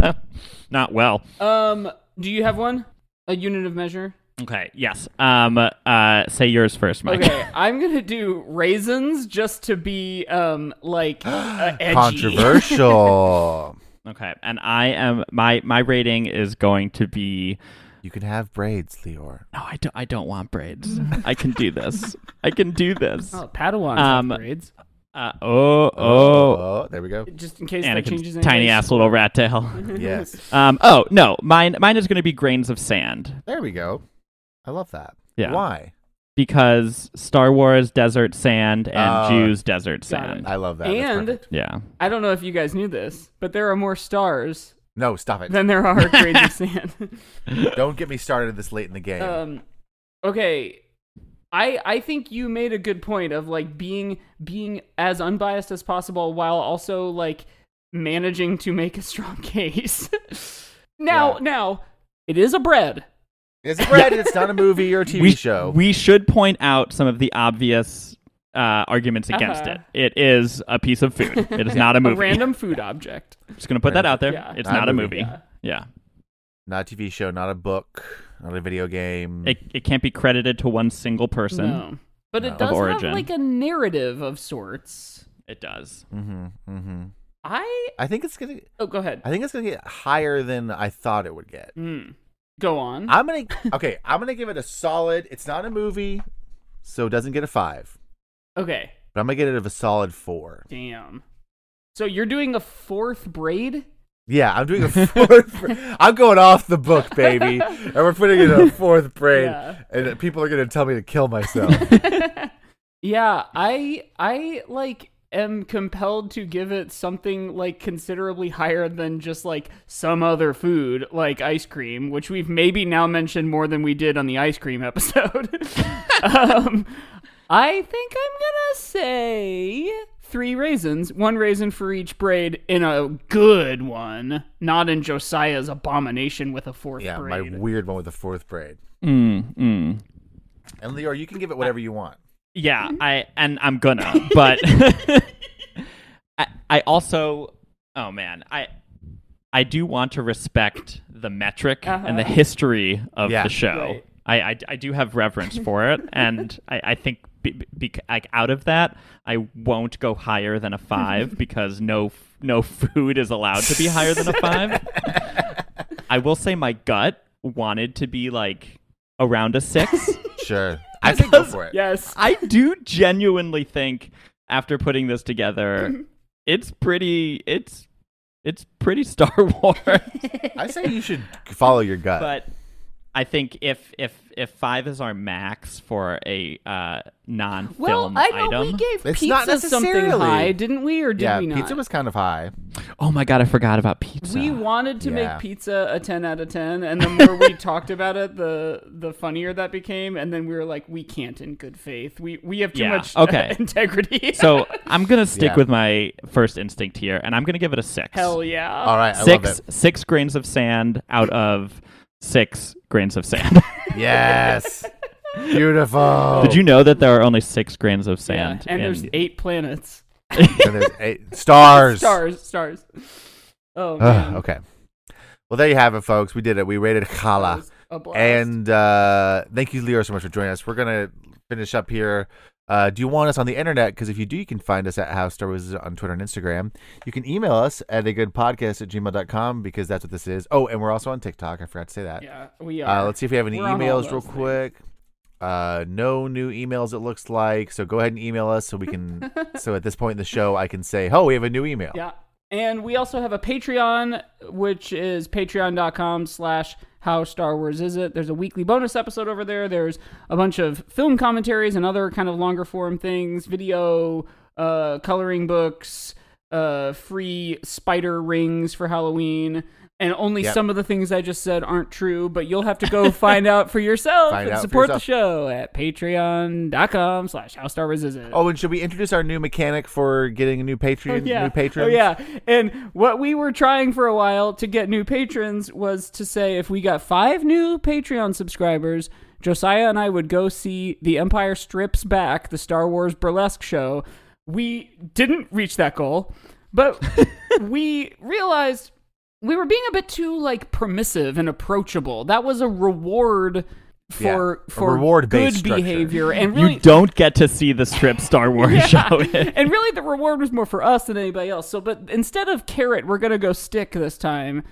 Speaker 3: Not well.
Speaker 1: um do you have one a unit of measure
Speaker 3: Okay. Yes. Um. Uh. Say yours first, Mike.
Speaker 1: Okay, I'm gonna do raisins just to be um like uh, edgy.
Speaker 2: Controversial.
Speaker 3: Okay, and I am my my rating is going to be
Speaker 2: you can have braids, Lior.
Speaker 3: no, I don't I don't want braids. I can do this. I can do this.
Speaker 1: Oh, Padawans
Speaker 3: Um,
Speaker 1: have braids.
Speaker 3: Uh, oh oh,
Speaker 2: there we go.
Speaker 1: Just in case that changes
Speaker 3: Anakin's
Speaker 1: anything.
Speaker 3: tiny ass little rat tail.
Speaker 2: Yes,
Speaker 3: Um. Oh no, mine mine is going to be grains of sand
Speaker 2: there we go. I love that.
Speaker 3: Yeah.
Speaker 2: Why?
Speaker 3: because Star Wars desert sand and
Speaker 2: Oh.
Speaker 3: Jews desert
Speaker 1: Got it.
Speaker 3: sand.
Speaker 2: I love that. That's
Speaker 1: And
Speaker 2: perfect.
Speaker 3: Yeah.
Speaker 1: I don't know if you guys knew this, but there are more stars
Speaker 2: no, stop it.
Speaker 1: than there are grains of sand.
Speaker 2: Don't get me started this late in the game.
Speaker 1: um, okay, I I think you made a good point of like being being as unbiased as possible while also like managing to make a strong case. now
Speaker 2: Yeah.
Speaker 1: now it is a bread.
Speaker 2: It's bread. it's not a movie or a TV
Speaker 3: we,
Speaker 2: show.
Speaker 3: We should point out some of the obvious uh, arguments against
Speaker 1: Uh-huh.
Speaker 3: it. It is a piece of food. It is not a movie.
Speaker 1: A random food object.
Speaker 3: Just gonna put that out there.
Speaker 1: Yeah.
Speaker 3: It's
Speaker 2: Not a
Speaker 3: not a
Speaker 2: movie.
Speaker 3: movie.
Speaker 1: Yeah.
Speaker 3: Yeah.
Speaker 2: not a TV show. Not a book. Not a video game.
Speaker 3: It, it can't be credited to one single person.
Speaker 1: No. But
Speaker 2: No.
Speaker 1: it
Speaker 2: Of
Speaker 1: does
Speaker 3: origin.
Speaker 1: have like a narrative of sorts.
Speaker 3: It does.
Speaker 2: mm-hmm, mm-hmm.
Speaker 1: I
Speaker 2: I think it's gonna.
Speaker 1: oh go ahead.
Speaker 2: I think it's gonna get higher than I thought it would get.
Speaker 1: Mm. Go on.
Speaker 2: I'm gonna. Okay, I'm gonna give it a solid. It's not a movie, so it doesn't get a five.
Speaker 1: okay.
Speaker 2: But I'm gonna get it of a solid four.
Speaker 1: Damn. So you're doing a fourth braid?
Speaker 2: Yeah, I'm doing a fourth. I'm going off the book, baby, and we're putting it in a fourth grade,
Speaker 1: Yeah.
Speaker 2: and people are gonna tell me to kill myself.
Speaker 1: Yeah, I I like am compelled to give it something like considerably higher than just like some other food like ice cream, which we've maybe now mentioned more than we did on the ice cream episode. um, I think I'm gonna say three raisins, one raisin for each braid in a good one, not in Josiah's abomination with a fourth
Speaker 2: Yeah,
Speaker 1: braid.
Speaker 2: my weird one with the fourth braid.
Speaker 3: Mm, mm.
Speaker 2: And Lior, you can give it whatever you want.
Speaker 3: Yeah,
Speaker 1: Mm-hmm.
Speaker 3: I and I'm gonna, but I, I also oh man, I I do want to respect the metric and the
Speaker 1: Uh-huh.
Speaker 3: history of
Speaker 2: Yeah.
Speaker 3: the show.
Speaker 1: Right.
Speaker 3: I, I I do have reverence for it, and I I think be, be, like out of that, I won't go higher than a five because no f- no food is allowed to be higher than a five. I will say my gut wanted to be like around a six.
Speaker 2: Sure. I think go for it.
Speaker 1: yes.
Speaker 3: I do genuinely think after putting this together, it's pretty it's it's pretty Star Wars.
Speaker 2: I say you should follow your gut.
Speaker 3: but I think if if if five is our max for a uh, non
Speaker 1: Well,
Speaker 3: film
Speaker 1: I know
Speaker 3: item.
Speaker 1: we gave
Speaker 2: It's not
Speaker 1: pizza something
Speaker 2: necessarily-
Speaker 1: high, didn't we, or did
Speaker 2: yeah,
Speaker 1: we not?
Speaker 2: pizza was kind of high.
Speaker 3: oh my god, I forgot about pizza.
Speaker 1: we wanted to
Speaker 2: Yeah.
Speaker 1: make pizza a 10 out of 10 and the more we talked about it the the funnier that became and then we were like we can't in good faith we we have too
Speaker 3: Yeah,
Speaker 1: much uh,
Speaker 3: okay.
Speaker 1: integrity
Speaker 3: so I'm gonna stick
Speaker 2: Yeah.
Speaker 3: with my first instinct here, and I'm gonna give it a six.
Speaker 1: hell yeah
Speaker 2: All right, I love
Speaker 3: six
Speaker 2: it.
Speaker 3: six grains of sand out of six grains of sand.
Speaker 2: Yes. Beautiful.
Speaker 3: Did you know that there are only six grains of
Speaker 1: Yeah,
Speaker 3: sand?
Speaker 1: Oh. and
Speaker 3: in-
Speaker 1: there's eight planets
Speaker 2: And there's eight stars.
Speaker 1: stars stars oh
Speaker 2: Ugh,
Speaker 1: man.
Speaker 2: okay. Well, there you have it, folks. We did it. We rated
Speaker 1: That
Speaker 2: Kala.
Speaker 1: was a blast.
Speaker 2: And uh, thank you, Leo, so much for joining us. We're gonna finish up here. Uh, do you want us on the internet? Because if you do, you can find us at House Star Wars on Twitter and Instagram. You can email us at a good podcast at gmail.com because that's what this is. Oh, and we're also on TikTok. I forgot to say that.
Speaker 1: yeah we are
Speaker 2: Uh, let's see if we have any
Speaker 1: We're on all
Speaker 2: emails real
Speaker 1: those
Speaker 2: quick. Uh, no new emails. It looks like so. Go ahead and email us so we can. so at this point in the show, I can say, "Oh, we have a new email."
Speaker 1: Yeah. And we also have a Patreon, which is patreon.com slash how Star Wars is it. There's a weekly bonus episode over there. There's a bunch of film commentaries and other kind of longer form things, video, uh, coloring books, uh, free spider rings for Halloween. And only
Speaker 2: Yep.
Speaker 1: some of the things I just said aren't true, but you'll have to go find out for yourself
Speaker 2: Find
Speaker 1: and
Speaker 2: out for
Speaker 1: support
Speaker 2: yourself.
Speaker 1: the show at patreon.com slash how Star Wars is it.
Speaker 2: Oh, and should we introduce our new mechanic for getting a new Patreon? New patron?
Speaker 1: Oh yeah. And what we were trying for a while to get new patrons was to say if we got five new Patreon subscribers, Josiah and I would go see The Empire Strips Back, the Star Wars burlesque show. We didn't reach that goal, but we realized we were being a bit too like permissive and approachable. That was a reward for
Speaker 2: a
Speaker 1: for
Speaker 2: reward-based
Speaker 1: good
Speaker 2: structure.
Speaker 1: behavior and really
Speaker 3: You don't get to see the strip Star Wars show. It.
Speaker 1: and really the reward was more for us than anybody else. So, but instead of carrot, we're gonna go stick this time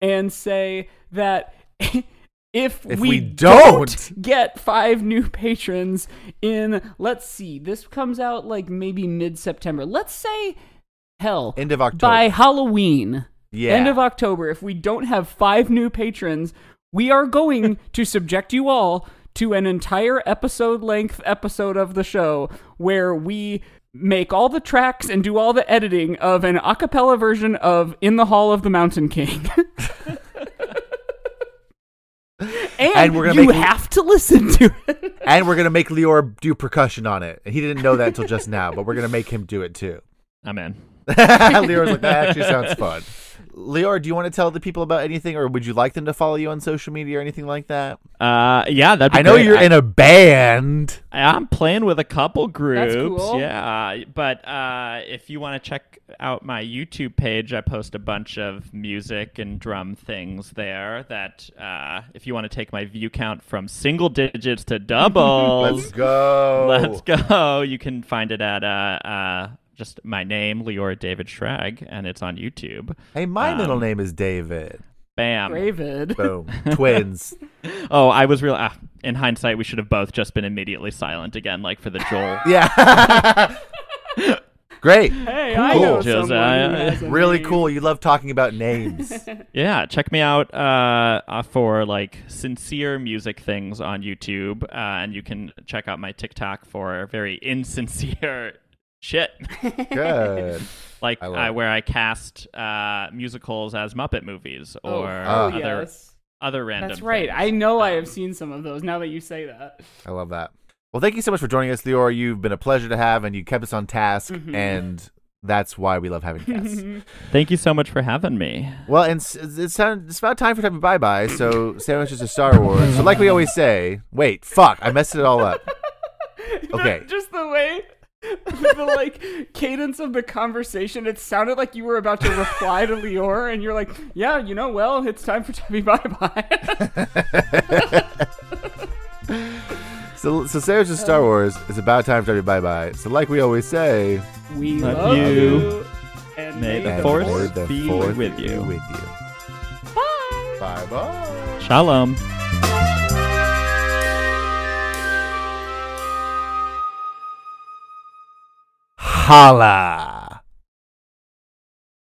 Speaker 1: and say that if,
Speaker 2: If
Speaker 1: we,
Speaker 2: we
Speaker 1: don't,
Speaker 2: don't-
Speaker 1: get five new patrons in, let's see, this comes out like maybe mid September. Let's say hell
Speaker 2: End of October.
Speaker 1: by Halloween.
Speaker 2: Yeah.
Speaker 1: End of October. If we don't have five new patrons, we are going to subject you all to an entire episode length episode of the show where we make all the tracks and do all the editing of an a cappella version of In the Hall of the Mountain King. and,
Speaker 2: And we're gonna
Speaker 1: you
Speaker 2: make-
Speaker 1: have to listen to it.
Speaker 2: and we're gonna make Lior do percussion on it. And he didn't know that until just now, but we're gonna make him do it too.
Speaker 3: I'm in.
Speaker 2: Lior's like, that actually sounds fun. Lior, do you want to tell the people about anything, or would you like them to follow you on social media or anything like that?
Speaker 3: Uh, yeah, that'd be
Speaker 2: I know
Speaker 3: great.
Speaker 2: you're
Speaker 3: I,
Speaker 2: in a band.
Speaker 3: I'm playing with a couple groups.
Speaker 1: cool.
Speaker 3: Yeah, but uh, if you want to check out my YouTube page, I post a bunch of music and drum things there. That uh, if you want to take my view count from single digits to doubles,
Speaker 2: Let's go.
Speaker 3: let's go. You can find it at uh, uh, just my name, Leora David Schrag, and it's on YouTube.
Speaker 2: Hey, my
Speaker 3: Um,
Speaker 2: middle name is David.
Speaker 3: Bam.
Speaker 1: David.
Speaker 2: Boom. Twins.
Speaker 3: Oh, I was real. Ah, in hindsight, we should have both just been immediately silent again, like for the Joel.
Speaker 2: Yeah. Great.
Speaker 1: Hey, I know
Speaker 3: Cool.
Speaker 1: someone who
Speaker 3: Josiah.
Speaker 1: has a
Speaker 2: Really
Speaker 1: name.
Speaker 2: cool. You love talking about names.
Speaker 3: yeah, check me out uh, uh, for like sincere music things on YouTube, uh, and you can check out my TikTok for very insincere shit,
Speaker 2: Good.
Speaker 3: like
Speaker 2: I
Speaker 3: I
Speaker 2: love it.
Speaker 3: where I cast uh, musicals as Muppet movies
Speaker 1: Oh,
Speaker 3: or
Speaker 2: Ah. Uh,
Speaker 1: oh,
Speaker 3: other
Speaker 1: yes.
Speaker 3: other random.
Speaker 1: That's right.
Speaker 3: things.
Speaker 1: Um, I know I have seen some of those now that you say that.
Speaker 2: I love that. Well, thank you so much for joining us, Lior. You've been a pleasure to have, and you kept us on task,
Speaker 3: Mm-hmm.
Speaker 2: and that's why we love having guests.
Speaker 3: Thank you so much for having me.
Speaker 2: well, and s- it's, sound, it's about time for time to bye bye. So, sandwiches to Star Wars. So, like we always say, wait, fuck, I messed it all up. Okay.
Speaker 1: Just the way the like cadence of the conversation, it sounded like you were about to reply to Lior, and you're like, "Yeah, you know, well, it's time for Tabby bye bye."
Speaker 2: So, so sandwiches to Star Wars. It's about time for time to bye bye. So, like we always say,
Speaker 1: we
Speaker 3: Love
Speaker 1: love
Speaker 3: you.
Speaker 1: you, and
Speaker 3: May the
Speaker 2: and
Speaker 3: Force
Speaker 2: may
Speaker 3: be with you.
Speaker 2: With you. Bye. Bye bye.
Speaker 3: Shalom.
Speaker 2: Holla.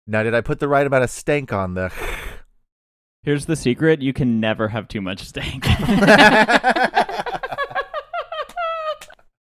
Speaker 2: Now, did I put the right amount of stank on the?
Speaker 3: Here's the secret: you can never have too much steak.